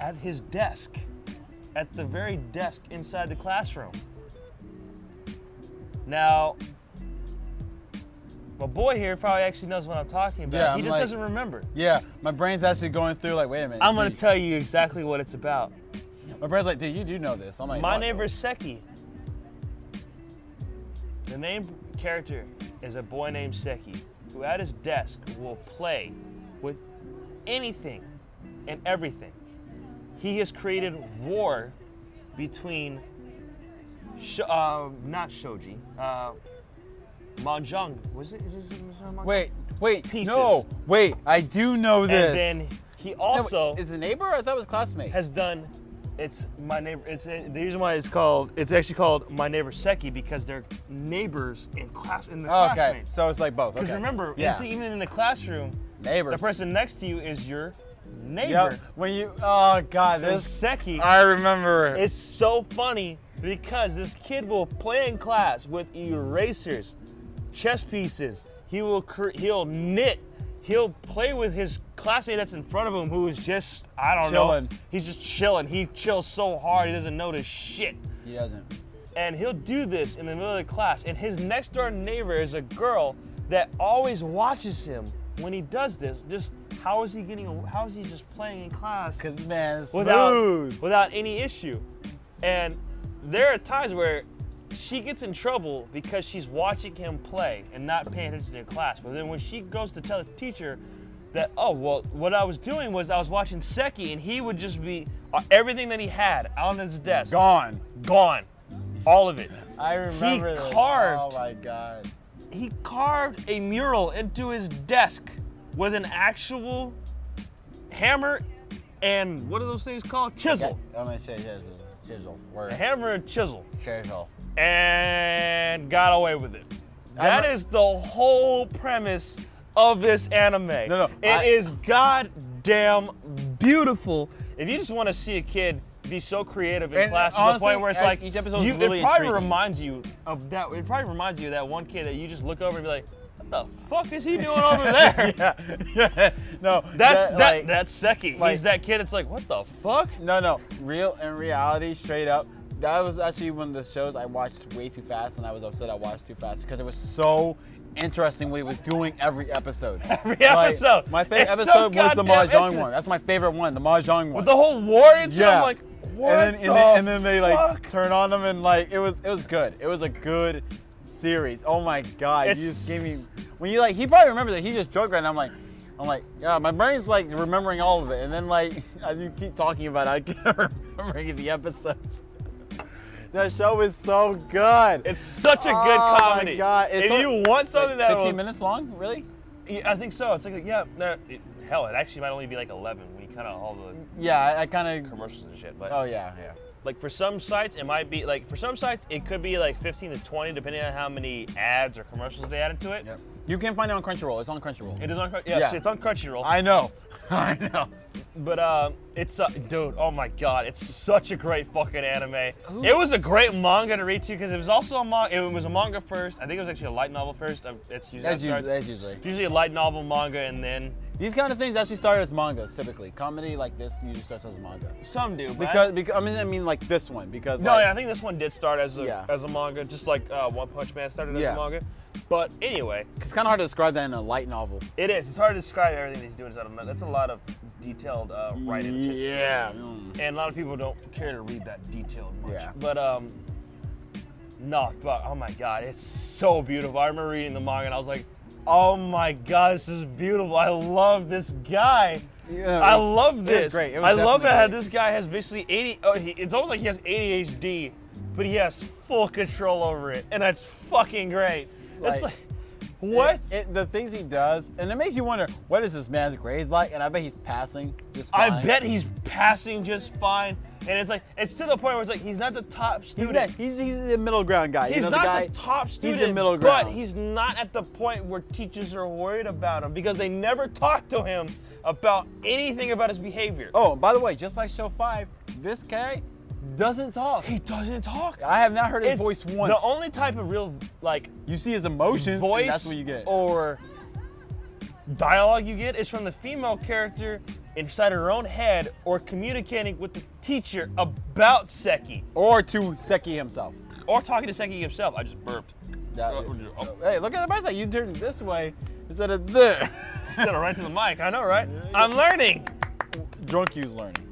at his desk, at the very desk inside the classroom. Now, my boy here probably actually knows what I'm talking about. Yeah, he I'm just like- doesn't remember. Yeah, my brain's actually going through like, wait a minute. I'm gonna dude. tell you exactly what it's about. My brain's like, dude, you do know this. I'm like, My what? neighbor is Seki. The main character is a boy named Seki who, at his desk, will play with anything and everything. He has created war between, Sh- uh, not Shoji, uh, Manjung. Was it? Is this, is this Manjung? Wait, wait, Pieces. no, wait. I do know this. And then he No, also is it neighbor? I thought it was classmate. has done. It's my neighbor. It's uh, the reason why it's called. It's actually called my neighbor Seki because they're neighbors in class in the Oh, okay, classmate. so it's like both. Because okay. remember, yeah. it's even in the classroom, neighbors. the person next to you is your neighbor. Yep. When you oh god, So this Seki I remember it. It's so funny because this kid will play in class with erasers, chess pieces. He will cr- he'll knit. He'll play with his classmate that's in front of him who is just I don't Chilling. know. He's just chilling. He chills so hard he doesn't notice shit. He doesn't. And he'll do this in the middle of the class. And his next door neighbor is a girl that always watches him when he does this. Just how is he getting? How is he just playing in class? Cause man, it's without smooth. without any issue. And there are times where she gets in trouble because she's watching him play and not paying attention to class. But then when she goes to tell the teacher that, oh well, what I was doing was I was watching Seki, and he would just be uh, everything that he had on his desk gone. gone, all of it. I remember He this. carved. Oh my god. He carved a mural into his desk with an actual hammer and what are those things called? Yeah, Chisel. I'm gonna say chisel. Chisel. A Word. hammer and chisel. Chisel. and got away with it. That I'm- is the whole premise of this anime. no, It I- is goddamn beautiful. If you just want to see a kid be so creative in And class to the honestly, point where it's and like each episode's you, really it probably intriguing. reminds you of that. It probably reminds you of that one kid that you just look over and be like, "What the fuck is he doing over there?" yeah. No. That's that. like- that's Seki. like- He's that kid. that's like, "What the fuck?" No, no. Real in reality, straight up. That was actually one of the shows I watched way too fast, and I was upset I watched too fast because it was so interesting what he was doing every episode. Every episode. My favorite It's so episode was the goddamn Mahjong interesting. one. That's my favorite one, the Mahjong one. With the whole war and stuff, I'm like, "What and then, and the then, and then they like fuck?" turn on them and like it was it was good. It was a good series. Oh my god, you just gave me It's- when you like he probably remembers that he just joked right now. I'm like, I'm like, yeah, my brain's like remembering all of it, and then like as you keep talking about it, I keep remembering the episodes. that show is so good. It's such a good Oh my comedy. God, it's if so- you want something that will, 15 minutes long, really? Yeah, I think so. It's like yeah, no, it, hell, it actually might only be like 11 when you kind of all the Yeah, I, I kind of. commercials and shit. But Oh yeah, yeah. like for some sites, it might be like for some sites, it could be like 15 to 20, depending on how many ads or commercials they add into it. Yep. You can find it on Crunchyroll. It's on Crunchyroll. It is on Crunch- yes, Yeah. it's on Crunchyroll. I know. I know. But um, it's uh, dude, oh my god, it's such a great fucking anime. It was a great manga to read too because it was also a manga. It was a manga first. I think it was actually a light novel first. Uh, It's usually, That's how it usually, starts. that's usually. usually a light novel manga and then These kind of things actually start as mangas typically. Comedy like this usually starts as manga. some do. But Because, because I mean, I mean like this one because. no, like, yeah, I think this one did start as a Yeah. as a manga, just like uh, One Punch Man started as Yeah. a manga. But anyway, It's kind of hard to describe that in a light novel. it is. It's hard to describe everything he's doing. so I don't know. That's a lot of detailed uh, writing. and shit. Yeah. Mm. and a lot of people don't care to read that detailed much. Yeah. But um, no, but oh my god, it's so beautiful. I remember reading the manga and I was like, oh my god, this is beautiful. I love this guy. Yeah. I love was this. great. It was I love definitely how great. this guy has basically 80. Oh, he, it's almost like he has ADHD, but he has full control over it, and that's fucking great. Like- That's like, what? It, it- the things he does, and it makes you wonder what is this man's grades like. And I bet he's passing. Just fine. I bet he's passing just fine. And it's like it's to the point where it's like he's not the top He's, student. that- he's, he's the middle ground guy. You He's know, not the, guy- top student, He's the middle ground. but he's not at the point where teachers are worried about him because they never talk to him about anything about his behavior. Oh, and by the way, just like show five, this guy doesn't talk. he doesn't talk. I have not heard his It's voice once. The only type of real like you see his emotions. voice Oh. and that's what you get. or dialogue you get is from the female character inside her own head or communicating with the teacher about Seki or to Seki himself. or talking to Seki himself. I just burped. That- Oh. Hey, look at the bright side. You turned this way instead of there. Instead of right to the mic, I know, right? I'm learning. Drunk you's learning.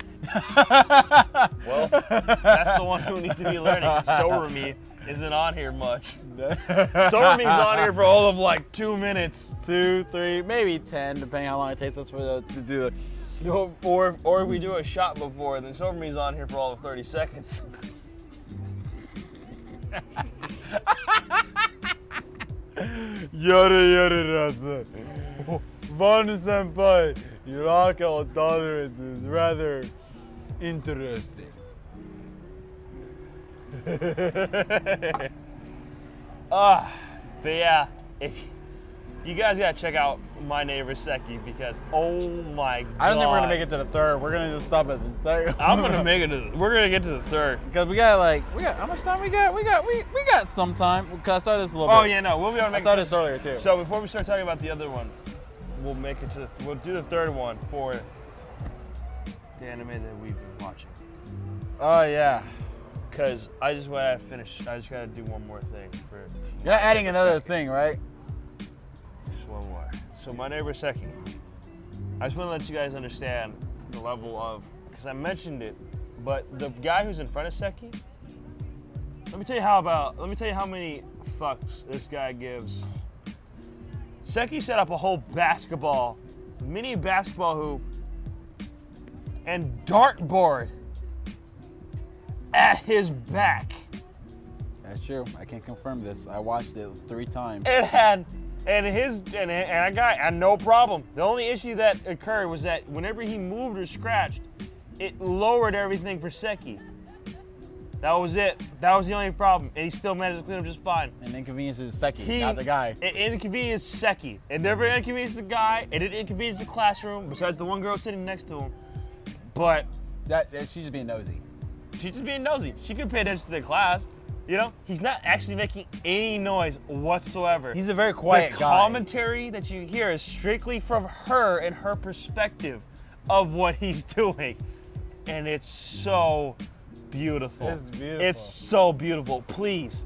Well, that's the one who needs to be learning. Sorumi isn't on here much. Sorumi's on here for all of like two minutes. Two, three, maybe ten, depending how long it takes us for the, to do. Or, or if we do a shot before, then Sorumi's on here for all of 30 seconds. Yada yada yada. Von senpai, your alcohol tolerance is rather interesting. Ah, but yeah, if, you guys gotta check out my neighbor Seki because oh my god. I don't think we're gonna make it to the third. We're gonna just stop at the third. I'm gonna make it. To the, we're gonna get to the third. because we got like we got how much time we got? We got we we got some time. Cause I started this a little Oh bit. yeah, no, we'll be on. I saw this earlier, too. So before we start talking about the other one, we'll make it to the. Th- we'll do the third one for the anime that we've been watching. Oh yeah. Cause I just want to finish. I just gotta do one more thing for You're not adding another thing, right? just one more. So my neighbor Seki. I just want to let you guys understand the level of because I mentioned it, but the guy who's in front of Seki. Let me tell you how about. Let me tell you how many fucks this guy gives. Seki set up a whole basketball, mini basketball hoop, and dartboard at his back. That's true. I can confirm this. I watched it three times. It had, and his, and, and I got, and no problem. The only issue that occurred was that whenever he moved or scratched, it lowered everything for Seki. That was it. That was the only problem. And he still managed to clean up just fine. And inconvenience is Seki, He, not the guy. It inconvenienced Seki. It never inconvenienced the guy. It didn't inconvenience the classroom, besides the one girl sitting next to him. But That, that she's just being nosy. She's just being nosy. She could pay attention to the class. You know, he's not actually making any noise whatsoever. He's a very quiet the guy. commentary that you hear is strictly from her and her perspective of what he's doing. And it's so beautiful. It's beautiful. It's so beautiful. Please,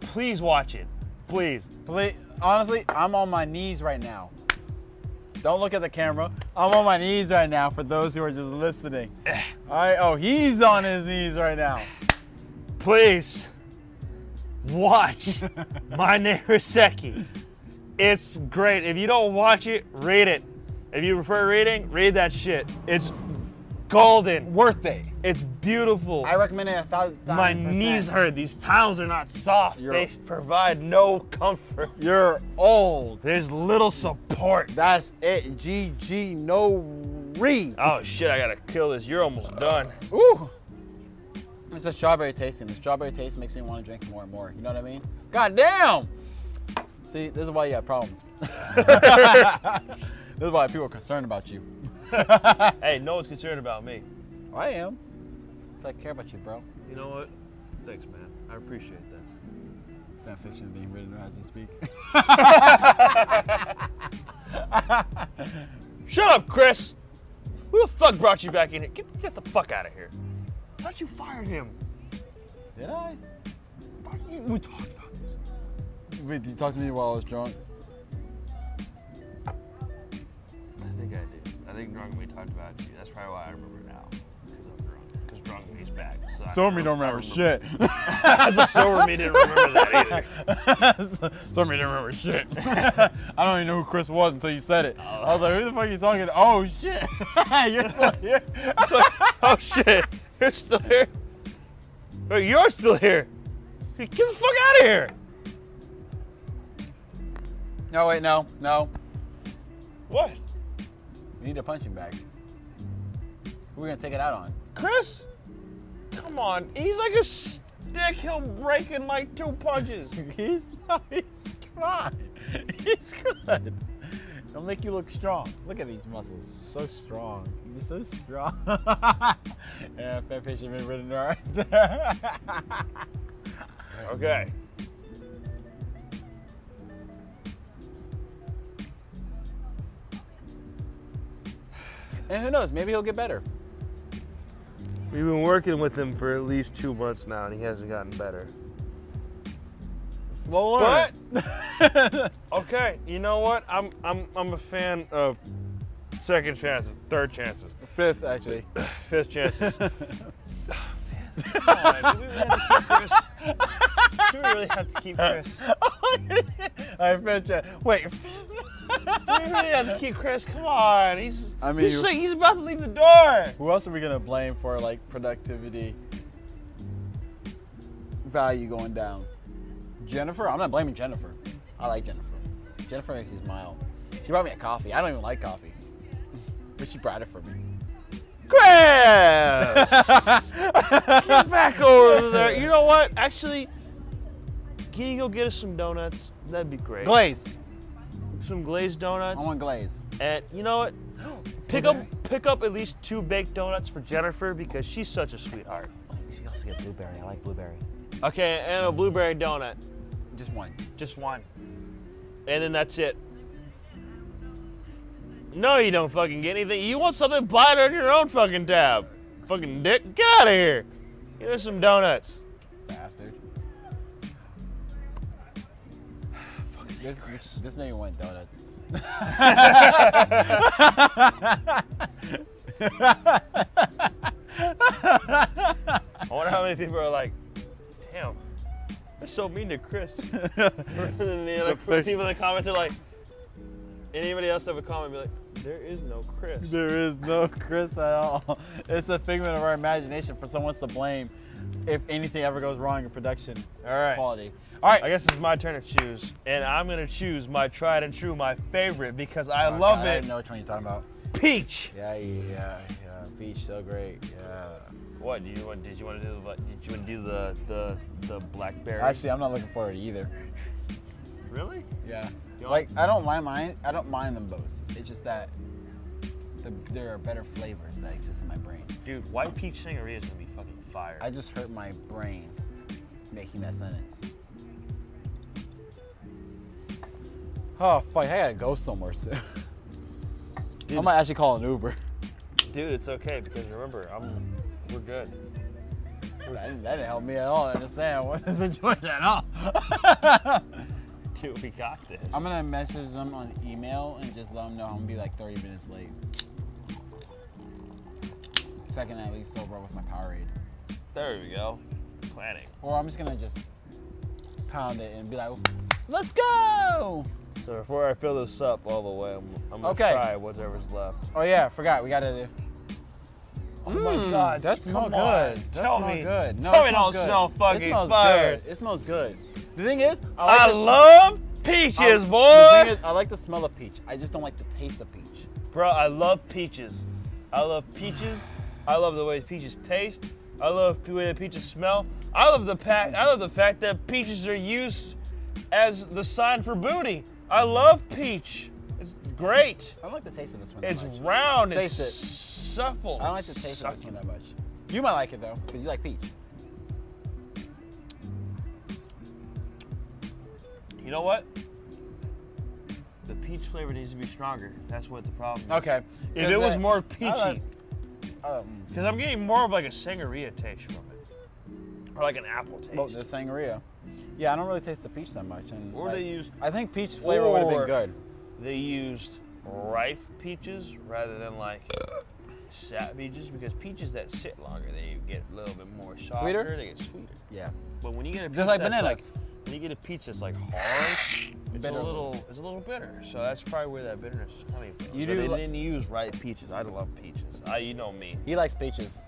please watch it. Please. Please, honestly, I'm on my knees right now. Don't look at the camera. I'm on my knees right now for those who are just listening. All right. Oh, he's on his knees right now. please watch My Neighbor Seki. It's great. If you don't watch it, read it. If you prefer reading, read that shit. It's golden. Worth it. It's beautiful. I recommend it a thousand times. My knees hurt. These towels are not soft. You're- They provide no comfort. You're old. There's little support. That's it. GG no re. Oh shit, I gotta kill this. You're almost done. Ooh. It's a strawberry tasting. The strawberry taste makes me want to drink more and more. You know what I mean? God damn! See, this is why you have problems. this is why people are concerned about you. Hey, no one's concerned about me. I am. 'Cause I care about you, bro. You know what? Thanks, man. I appreciate that. Fan fiction being written as we speak. Shut up, Chris. Who the fuck brought you back in here? Get, get the fuck out of here. I thought you fired him. Did I? Fuck you. We talked about this. Wait, did you talk to me while I was drunk? I think I did. I think drunk me talked about you. That's probably why I remember now. Because I'm drunk. Because drunk me's back. So, I Stormy don't I remember shit. I was like, sober me didn't remember that either. Stormy didn't remember shit. I don't even know who Chris was until you said it. I was like, who the fuck are you talking to? Oh shit. you're still here. It's like, oh shit, you're still here. Wait, you're still here. Hey, Get the fuck out of here. No, wait, no, no. What? We need a punching bag. Who are we gonna take it out on? Chris? Come on, he's like a stick. He'll break in like two punches. He's not, he's strong. He's good. It'll make you look strong. Look at these muscles. So strong. You're so strong. yeah, fat fish have been written right there. Okay. and who knows, maybe he'll get better. We've been working with him for at least two months now, and he hasn't gotten better. Slow But- learner. Okay, you know what? I'm I'm I'm a fan of second chances, third chances, Fifth, actually. fifth chances. Come on, man. Do we really have to keep Chris? Do we really have to keep Chris? I betcha. Wait. Do we really have to keep Chris? Come on, he's I mean, he's, you- sick. he's about to leave the door. Who else are we gonna blame for like productivity value going down? Jennifer? I'm not blaming Jennifer. I like Jennifer. Jennifer makes me smile. She brought me a coffee. I don't even like coffee. But she brought it for me. Chris, get back over there. You know what? Actually, can you go get us some donuts? That'd be great. glaze. Some glazed I donuts. want glaze. And you know what? Pick Blueberry. up pick up at least two baked donuts for Jennifer because she's such a sweetheart. She also get blueberry. I like blueberry. Okay, and a blueberry donut. Just one. Just one. And then that's it. No, you don't fucking get anything. You want something, buy it on your own fucking tab. Fucking dick, get out of here. Get us some donuts. Bastard. This, this, this made me want donuts. I wonder how many people are like, damn, that's so mean to Chris. and then the other fish. people in the comments are like, anybody else have a comment? Be like, there is no Chris. There is no Chris at all. It's a figment of our imagination for someone to blame if anything ever goes wrong in production All right. quality. All right. I guess it's my turn to choose, and I'm gonna choose my tried and true, my favorite, because I Oh, love God, I it. didn't know which one you're talking about. Peach. Yeah, yeah, yeah. yeah. Beach, so great. Yeah. What do you want? Did you want to do? The, did you want to do the the the blackberry? Actually, I'm not looking forward to either. really? Yeah. You Like I don't mind mine. I don't mind them both. It's just that the, there are better flavors that exist in my brain. Dude, white peach sangria is gonna be fucking fire. I just hurt my brain making that sentence. Oh fuck! I gotta go somewhere soon. I Dude. might actually call an Uber. Dude, it's okay because remember, I'm we're good. That didn't, that didn't help me at all. I understand what the situation at all. Dude, we got this. I'm gonna message them on email and just let them know I'm gonna be like 30 minutes late. Second, at least sober with my Powerade. there we go. Planning. Or I'm just gonna just pound it and be like, let's go! So before I fill this up all the way, I'm, I'm gonna Okay. try whatever's left. Oh yeah, forgot. We gotta. Oh my Mm, God, That smells come on, good. That tell smells me- good. No, tell it me it don't smells good. smell fucking it smells fire. Good. It smells good. The thing is, I, like I the- love I- peaches, The thing boy. is, I like the smell of peach. I just don't like the taste of peach. Bro, I love peaches. I love peaches. I love the way peaches taste. I love the way that peaches smell. I love the pack. I love the fact that peaches are used as the sign for booty. I love peach. It's great. I don't like the taste of this one. It's that much. round. Taste it's it. supple. I don't like the taste of this one that much. You might like it though, because you like peach. You know what? The peach flavor needs to be stronger. That's what the problem is. Okay. If it was more peachy, like- Um, because I'm getting more of like a sangria taste from it, or like an apple taste. well, the sangria. Yeah, I don't really taste the peach that much. And Or like, they use- I think peach flavor would have been or- good. They used ripe peaches rather than like sap peaches because peaches that sit longer they get a little bit more softer. Sweeter? They get sweeter. Yeah. But when you get a peach Just like that's bananas. like- when you get a peach that's like hard, it's Bitter. a little it's a little bitter. So that's probably where that bitterness is coming from. You So do they li- didn't use ripe peaches. I love peaches. I you know me. He likes peaches.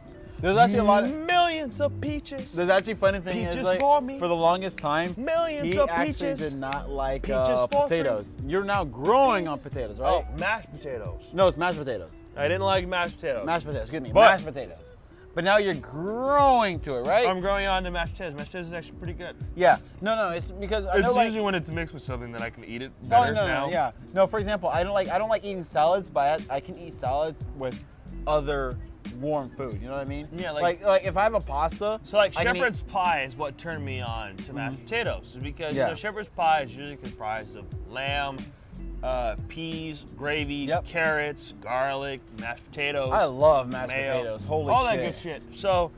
There's actually a lot. Of, millions of peaches. There's actually funny thing is Peaches like, for me. for the longest time, Millions he of actually peaches. did not like Peaches uh, for free. potatoes. You're now growing on potatoes, right? oh, mashed potatoes. No, it's mashed potatoes. I didn't like mashed potatoes. Mashed potatoes. Excuse me. But- mashed potatoes. But now you're growing to it, right? I'm growing on to mashed potatoes. Mashed potatoes is actually pretty good. yeah. No, no. It's because I It's know like. usually when it's mixed with something that I can eat it Oh, better no, no, now. no, yeah. No, for example, I don't like I don't like eating salads, but I, I can eat salads with other warm food. You know what I mean? Yeah, like- like, if I have a pasta, So like I can eat- Mm-hmm. shepherd's pie is what turned me on to mashed potatoes because Yeah. you know shepherd's pie is usually comprised of lamb, uh, peas, gravy, Yep. carrots, garlic, mashed potatoes. I love mashed mayo, potatoes. Holy all shit! that good shit. So,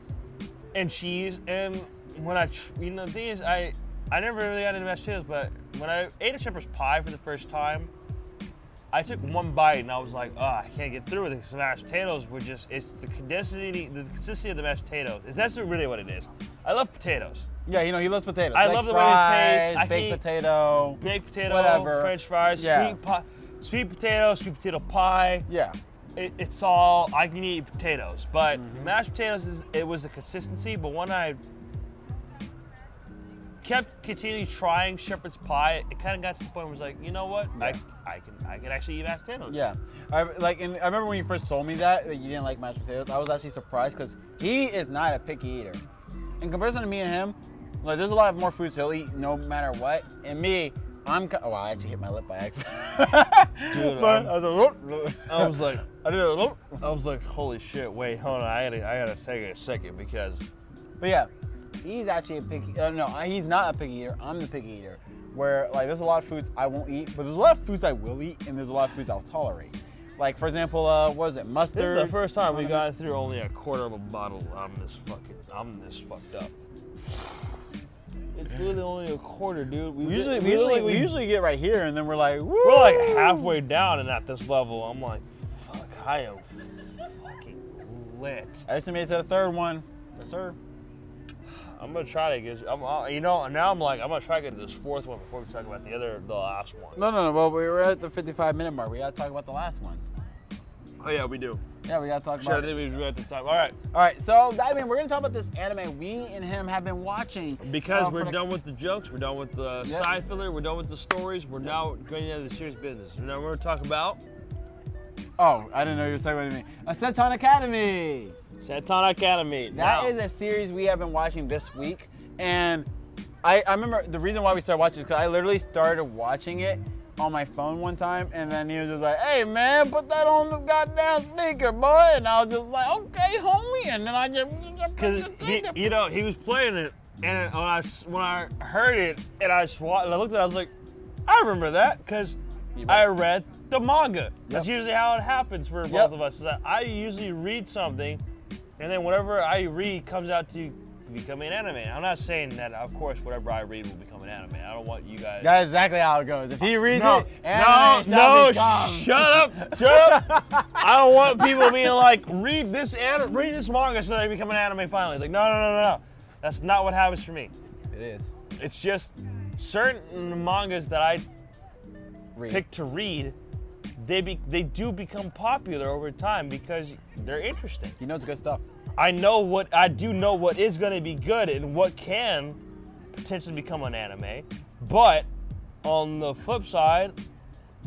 and cheese. And when I, tr- you know, the thing is, I, I never really got into mashed potatoes, but when I ate a shepherd's pie for the first time, I took one bite and I was like, oh, I can't get through with it. 'cause The mashed potatoes were just, it's the consistency, the consistency of the mashed potatoes. Is that's really what it is. I love potatoes. Yeah, you know he loves potatoes. I Like love the way it fries, tastes. I Baked can eat- potato. Baked potato, Whatever. French fries, Yeah. sweet pie, sweet potato, sweet potato pie. Yeah. it, it's all I can eat potatoes, but mashed potatoes is it was the consistency. But when I kept continually trying shepherd's pie, it kind of got to the point where I was like, you know what, Yeah. I, I can I can actually eat mashed potatoes. Yeah, I like, and I remember when you first told me that that you didn't like mashed potatoes. I was actually surprised because he is not a picky eater. In comparison to me and him, like there's a lot more foods he'll eat no matter what. And me, I'm ki- oh, I actually hit my lip by accident. but I'm- I was like, I was like, I did a little. I was like, holy shit! Wait, hold on, I gotta I gotta take a second because But yeah, he's actually a picky. Uh, no, I- he's not a picky eater. I'm the picky eater. Where like there's a lot of foods I won't eat, but there's a lot of foods I will eat, and there's a lot of foods I'll tolerate. Like for example, uh, what is it mustard? this is the first time we got through only a quarter of a bottle. I'm this fucking I'm this fucked up. It's literally only a quarter, dude. We usually, we usually, we usually get right here, and then we're like, Woo! We're like halfway down, and at this level, I'm like, fuck, I am fucking lit. I just made it to the third one. Yes, sir. I'm gonna try to get, I'm, uh, you know, now I'm like, I'm gonna try to get to this fourth one before we talk about the other, the last one. No, no, no. Well, we were at the 55 minute mark. We gotta talk about the last one. Oh yeah, we do. Yeah, we gotta talk Shit, I about. it. didn't even read the time. All right, All right, so I mean, we're gonna talk about this anime we and him have been watching because uh, for we're the- done with the jokes, we're done with the Yep. side filler, we're done with the stories, we're now going into the serious business. Now we're gonna talk about Oh, I didn't know you were talking about me. A Seton Academy. Satan Academy. That Now- is a series we have been watching this week, and I, I remember the reason why we started watching is because I literally started watching it on my phone one time, and then he was just like, "Hey man, put that on the goddamn speaker, boy," and I was just like, "Okay, homie," and then I just Because you know he was playing it, and when I s- when I heard it, and I swa- and I looked at, it, I was like, I remember that because You I bet. read the manga. That's Yep. usually how it happens for Yep. both of us. Is that I usually read something, and then whatever I read comes out to become an anime. I'm not saying that, of course, whatever I read will become an anime. I don't want you guys. That's exactly how it goes. If he reads No, it, no, anime shall no, become. shut up, shut up. I don't want people being like, read this an- read this manga so they become an anime finally. It's like, no, no, no, no, no. That's not what happens for me. It is. It's just certain mangas that I Read. pick to read, they be, they do become popular over time because they're interesting. He knows good stuff. I know what I do know what is going to be good and what can potentially become an anime, but on the flip side,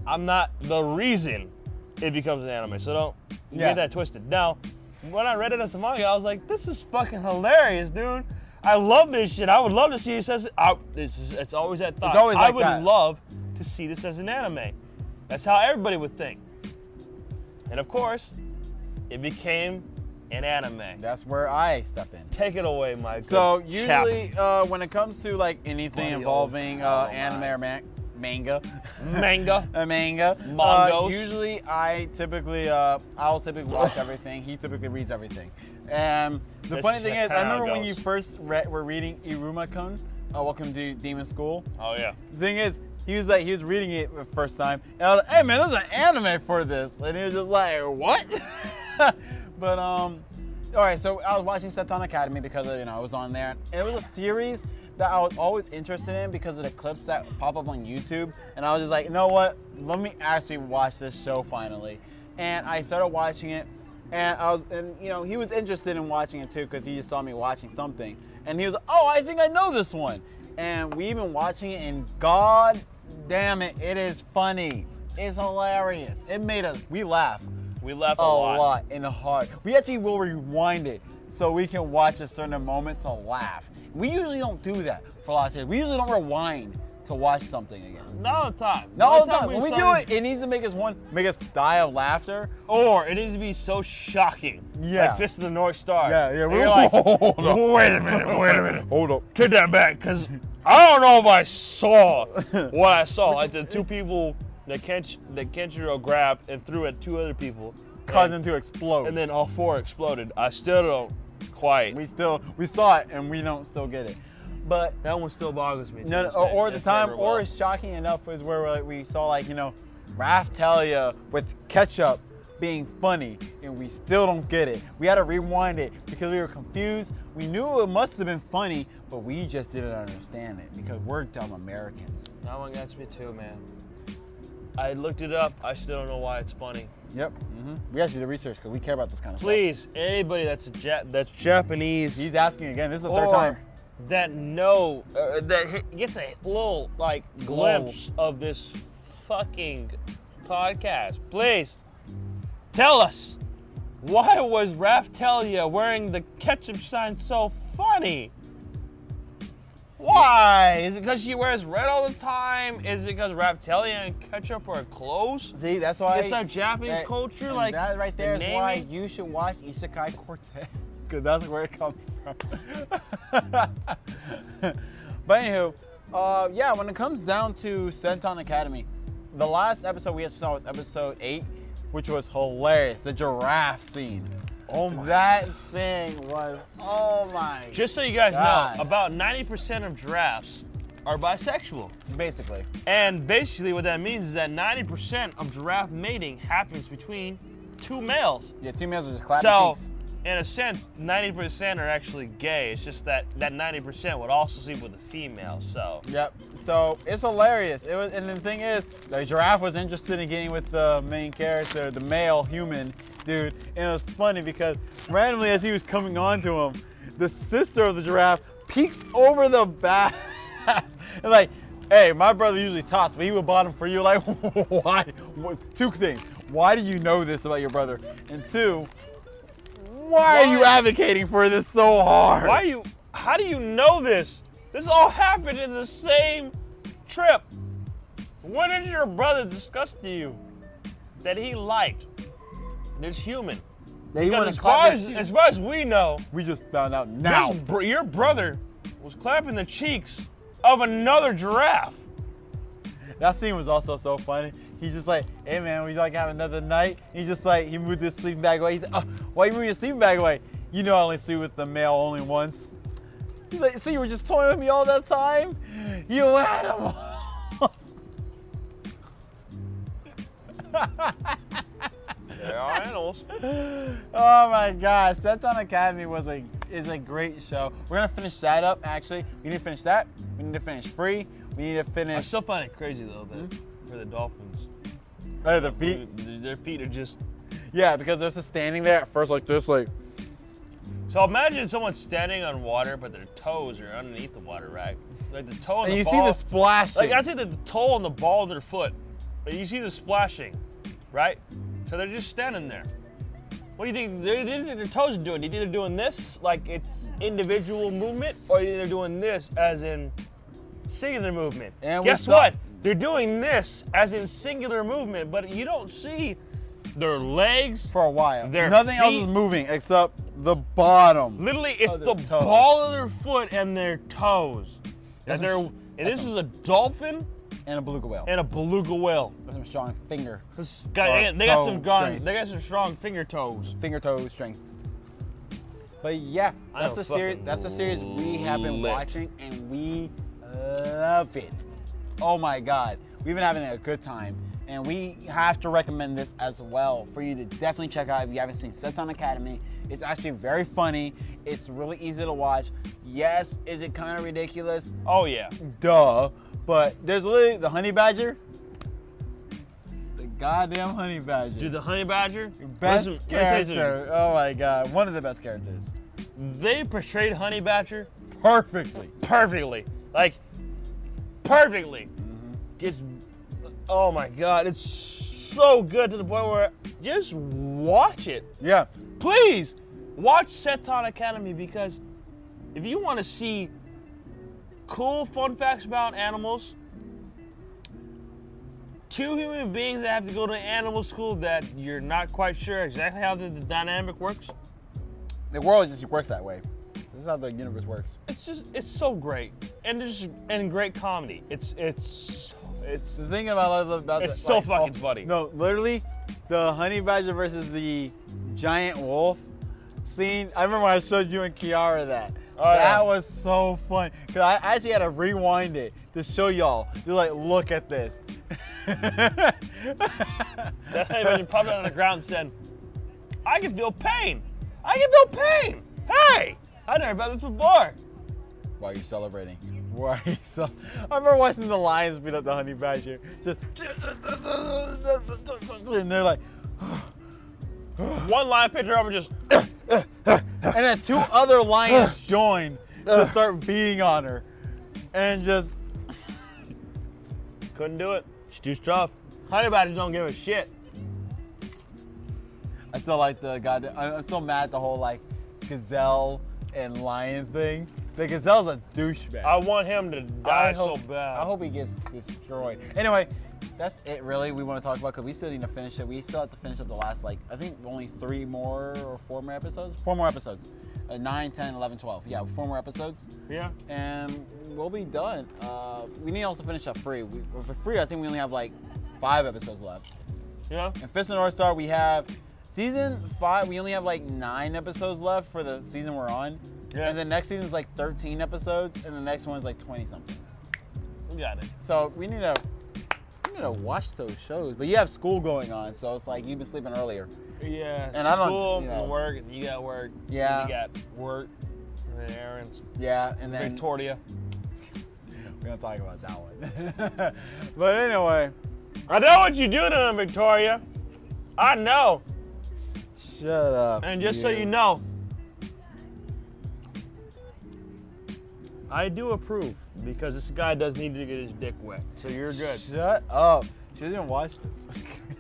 I'm not the reason it becomes an anime. So don't Yeah. get that twisted. Now, when I read it as a manga, I was like, this is fucking hilarious, dude. I love this shit. I would love to see this as I, this is, it's always that thought. always I like would that. love to see this as an anime. That's how everybody would think. And of course, it became an anime. That's where I step in. Take it away, Mike. So Good chap. usually, uh, when it comes to like anything Bloody old- involving oh, uh, my. anime or man- manga, manga. a manga, uh, Mangos. usually I typically, uh, I'll typically watch everything. He typically reads everything. And the That's funny just thing how- is, I kinda how it remember when you goes. first re- were reading Irumakun, uh, Welcome to Demon School. Oh yeah. The thing is, he was like, he was reading it the first time, and I was like, hey man, there's an anime for this, and he was just like, what? but um, all right, so I was watching Seton Academy because you know it was on there, and it was a series that I was always interested in because of the clips that pop up on YouTube, and I was just like, you know what? Let me actually watch this show finally, and I started watching it. And I was, and you know, he was interested in watching it too because he just saw me watching something, and he was, oh, I think I know this one, and we've been watching it, and god damn it, it is funny. It's hilarious. It made us, we laugh We laugh a a, lot. and hard. We actually will rewind it so we can watch a certain moment to laugh. We usually don't do that for a lot of things. We usually don't rewind to watch something again. Not all the time. No, Not all all the time When we do started- it, it needs to make us one, make us die of laughter. or it needs to be so shocking. Yeah. Like Fist of the North Star. Yeah, yeah, And we- You're like, hold on. wait a minute, wait a minute. Hold up. Take that back, cause I don't know if I saw what I saw. Like the two people that Kench, that Kenshiro grabbed and threw at two other people, Cause them and, to explode. and then all four exploded. I still don't quite. we still, we saw it and we don't still get it. But that one still boggles me. to No, no this or, day. or the It time, never or will. it's shocking enough is where like, we saw like you know, Raftalia with ketchup being funny, and we still don't get it. We had to rewind it because we were confused. We knew it must have been funny, but we just didn't understand it because we're dumb Americans. That one gets me too, man. I looked it up. I still don't know why it's funny. Yep. hmm We actually did research because we care about this kind of Please, anybody that's a ja- that's Japanese stuff. He's asking again. This is the or third time. that no uh, that h- gets a little like glimpse of this fucking podcast. Please tell us why was Raftelia wearing the ketchup sign so funny? Why? Is it because she wears red all the time? Is it because Raftelia and ketchup are close? See, that's why. It's our Japanese culture, and like, that right there is the why naming. you should watch Isekai Quartet, because that's where it comes from. but anywho, uh, yeah, when it comes down to Senton Academy, the last episode we actually saw was episode eight, which was hilarious. The giraffe scene. Oh my That thing was oh my. Just so you guys God. know, about 90% of giraffes are bisexual. basically. And basically, what that means is that 90% of giraffe mating happens between two males. Yeah, two males are just clapping So, cheeks. in a sense, 90% are actually gay. It's just that that 90% would also sleep with a female. So, Yep. So it's hilarious. It was, and the thing is, the giraffe was interested in getting with the main character, the male human dude, and it was funny because randomly as he was coming on to him, the sister of the giraffe peeks over the back and like, hey, my brother usually tops, but he would bottom for you. Like, why? What- Two things. Why do you know this about your brother? And two, why, are you Why? advocating for this so hard? why are you, how do you know this? This all happened in the same trip. What did your brother discuss to you that he liked this human? They wanna Because as clap far their as, cheeks. as far as we know, we just found out now. This br- your brother was clapping the cheeks of another giraffe. That scene was also so funny. He's just like, hey man, would you like to have another night? He just like, he moved his sleeping bag away. He's like, oh, why you move your sleeping bag away? You know I only sleep with the male only once. He's like, so you were just toying with me all that time? You animal! They are animals. oh my god, Senton Academy was a is a great show. We're gonna finish that up actually. We need to finish that. We need to finish free. We need to finish I still find it crazy though that for the Dolphins. Uh, the feet. Dude, Their feet are just. Yeah, because they're just standing there at first like this, like So imagine someone standing on water, but their toes are underneath the water, right? Like the toe and and the you see ball. the splash. like I see the toe on the ball of their foot, but you see the splashing, right? So they're just standing there. What do you think? They they- their toes are doing? Do you think they're doing this, like it's individual movement, or do you think they're doing this, as in singular movement? And we guess saw- what? They're doing this as in singular movement, but you don't see their legs. for a while. Their Nothing else feet- is moving except the bottom. Literally, it's Oh, the their toes. ball of their foot and their toes. That's And, they're, some- and this is a dolphin And a beluga whale. and a beluga whale. With some strong finger, This guy- they, got- they got Toe some gun. strength. They got some strong finger toes. finger toe strength. But yeah, I that's am the series. fucking That's the series we have been lit. watching, and we love it. Oh my god, we've been having a good time, and we have to recommend this as well for you to definitely check out if you haven't seen Septon Academy. It's actually very funny. It's really easy to watch. Yes, is it kind of ridiculous? Oh yeah. duh. But there's literally the honey badger. The goddamn honey badger. Dude, the honey badger. best listen, let me tell you something. character. Oh my god, one of the best characters. They portrayed honey badger Perfectly. perfectly. Like perfectly. It's oh my god, it's so good to the point where just watch it. Yeah. Please watch Seton Academy because if you want to see cool fun facts about animals, two human beings that have to go to animal school that you're not quite sure exactly how the, the dynamic works, The world just works that way. This is how the universe works. it's just it's so great and there's and great comedy. It's it's it's The thing about I love about It's the- so fucking funny. No, literally, the honey badger versus the giant wolf scene. I remember when I showed you and Kiara that. Oh, that yeah. was so fun. Cause I actually had to rewind it to show y'all. You're like, look at this. that honey badger popped out of the ground and said, "I can feel pain. I can feel pain. Hey, I never felt this before." Why are you celebrating? Why are you cel- I remember watching the lions beat up the honey badger. Just and they're like, One line picked her up and just and then two other lions join to start beating on her, and just Couldn't do it. It's too tough. Honey badgers don't give a shit. I still like the goddamn. I- I'm still mad at the whole like gazelle and lion thing. The gazelle's a douchebag. I want him to die so bad. I hope he gets destroyed. Anyway, that's it really we want to talk about because we still need to finish it. We still have to finish up the last, like, I think only three more or four more episodes. Four more episodes. Uh, 9, 10, 11, 12. Yeah, four more episodes. yeah. And we'll be done. Uh, we need also to finish up free. We, for free, I think we only have like five episodes left. Yeah. And Fist of the North Star, we have season five. We only have like nine episodes left for the season we're on. Yeah. And the next season's like 13 episodes, and the next one's like 20 something. We got it. So we need to we need to watch those shows. But you have school going on, so it's like you've been sleeping earlier. Yeah. And I don't, school you know- and work and you got work. and Yeah. You got work and then errands. Yeah, and then Victoria. we're gonna talk about that one. but anyway, I know what you do to them, Victoria. I know. shut up. And just so you know, I do approve because this guy does need to get his dick wet. So you're good. shut up. She didn't watch this.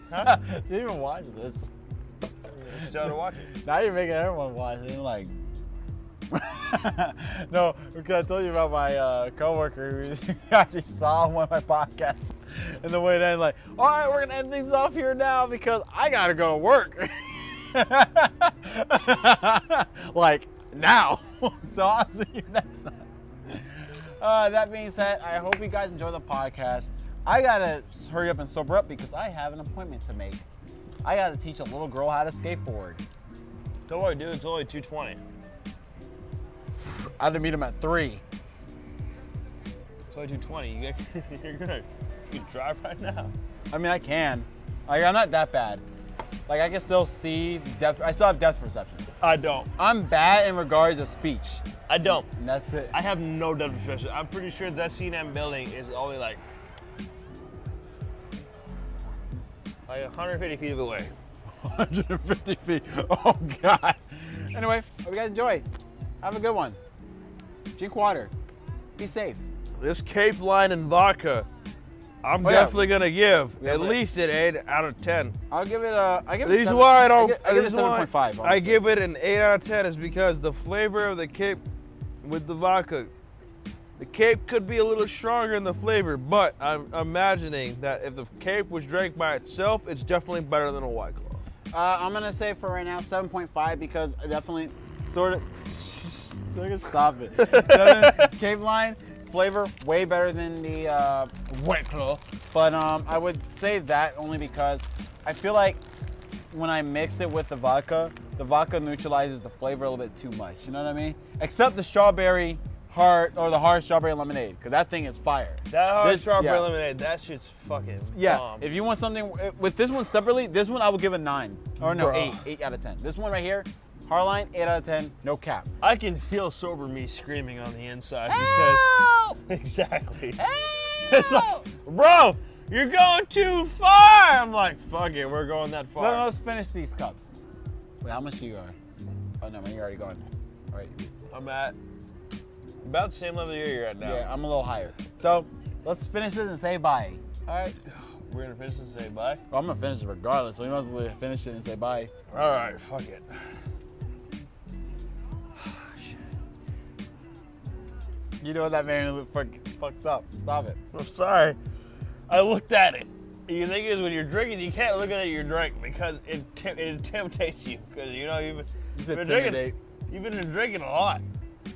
Huh? she didn't even watch this. Just tell her to watch it. Now you're making everyone watch it. and Like, no, because I told you about my uh, coworker who actually saw one of my podcasts, and the way it ended, like, all right, we're gonna end things off here now because I gotta go to work. like now. so I'll see you next time. Uh, that being said, I hope you guys enjoy the podcast. I gotta hurry up and sober up because I have an appointment to make. I gotta teach a little girl how to skateboard. Don't worry, dude. It's only 220. I had to meet him at three. It's only 220. You get, you're good. You can drive right now. I mean, I can. Like, I'm not that bad. Like, I can still see depth. I still have depth perception. I don't. I'm bad in regards of speech, I don't. and that's it. I have no depth perception. I'm pretty sure that CNN building is only like like 150 feet away. 150 feet. Oh God. Anyway, hope you guys enjoy. Have a good one. Drink water. Be safe. This Cape Line and vodka, I'm Oh, yeah. definitely gonna give Yeah, at but- least an eight out of ten. I'll give it a. I give it. a These seven- why I don't. gi- I give it a these why 7.5. I honestly. give it an eight out of ten is because the flavor of the Cape with the vodka. The Cape could be a little stronger in the flavor, but I'm imagining that if the Cape was drank by itself, it's definitely better than a White Claw. Uh, I'm gonna say for right now 7.5 because I definitely sort of. Look, Stop it. Definitely Cave line flavor way better than the uh, wet claw, but um, I would say that only because I feel like when I mix it with the vodka, the vodka neutralizes the flavor a little bit too much. You know what I mean? Except the strawberry hard or the hard strawberry lemonade because that thing is fire. That hard This- strawberry yeah. lemonade, that shit's fucking Yeah. bomb. If you want something eh, with this one separately, this one I would give a nine or no Bruh. eight, eight out of ten. This one right here, Hardline, eight out of ten, no cap. I can feel sober me screaming on the inside Ah! Help! because exactly. It's It's like, like, bro, you're going too far. I'm like, fuck it, we're going that far. no, no, let's finish these cups. Wait, how much do you are? Oh no, man, you're already gone. All right. I'm at about the same level you're at now. Yeah, I'm a little higher. So let's finish this and say bye. All right. We're gonna finish this and say bye. Well, I'm gonna finish it regardless, so we might as well finish it and say bye. All right, fuck it. You know that man look fuck, fucked up. Stop it. I'm sorry. I looked at it. You think is when you're drinking, you can't look at your drink because it tim- it intimidates you because you know you've It's been, been drinking. intimidate. You've been drinking a lot,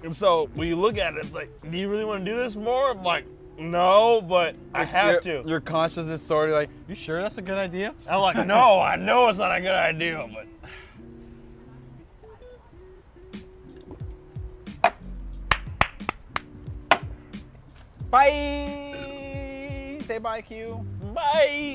and so when you look at it, it's like, do you really want to do this more? I'm like, no, but I have Your- to. Your conscience is sort of like, you sure that's a good idea? I'm like, no, I know it's not a good idea, but Bye. Say bye, Q. bye.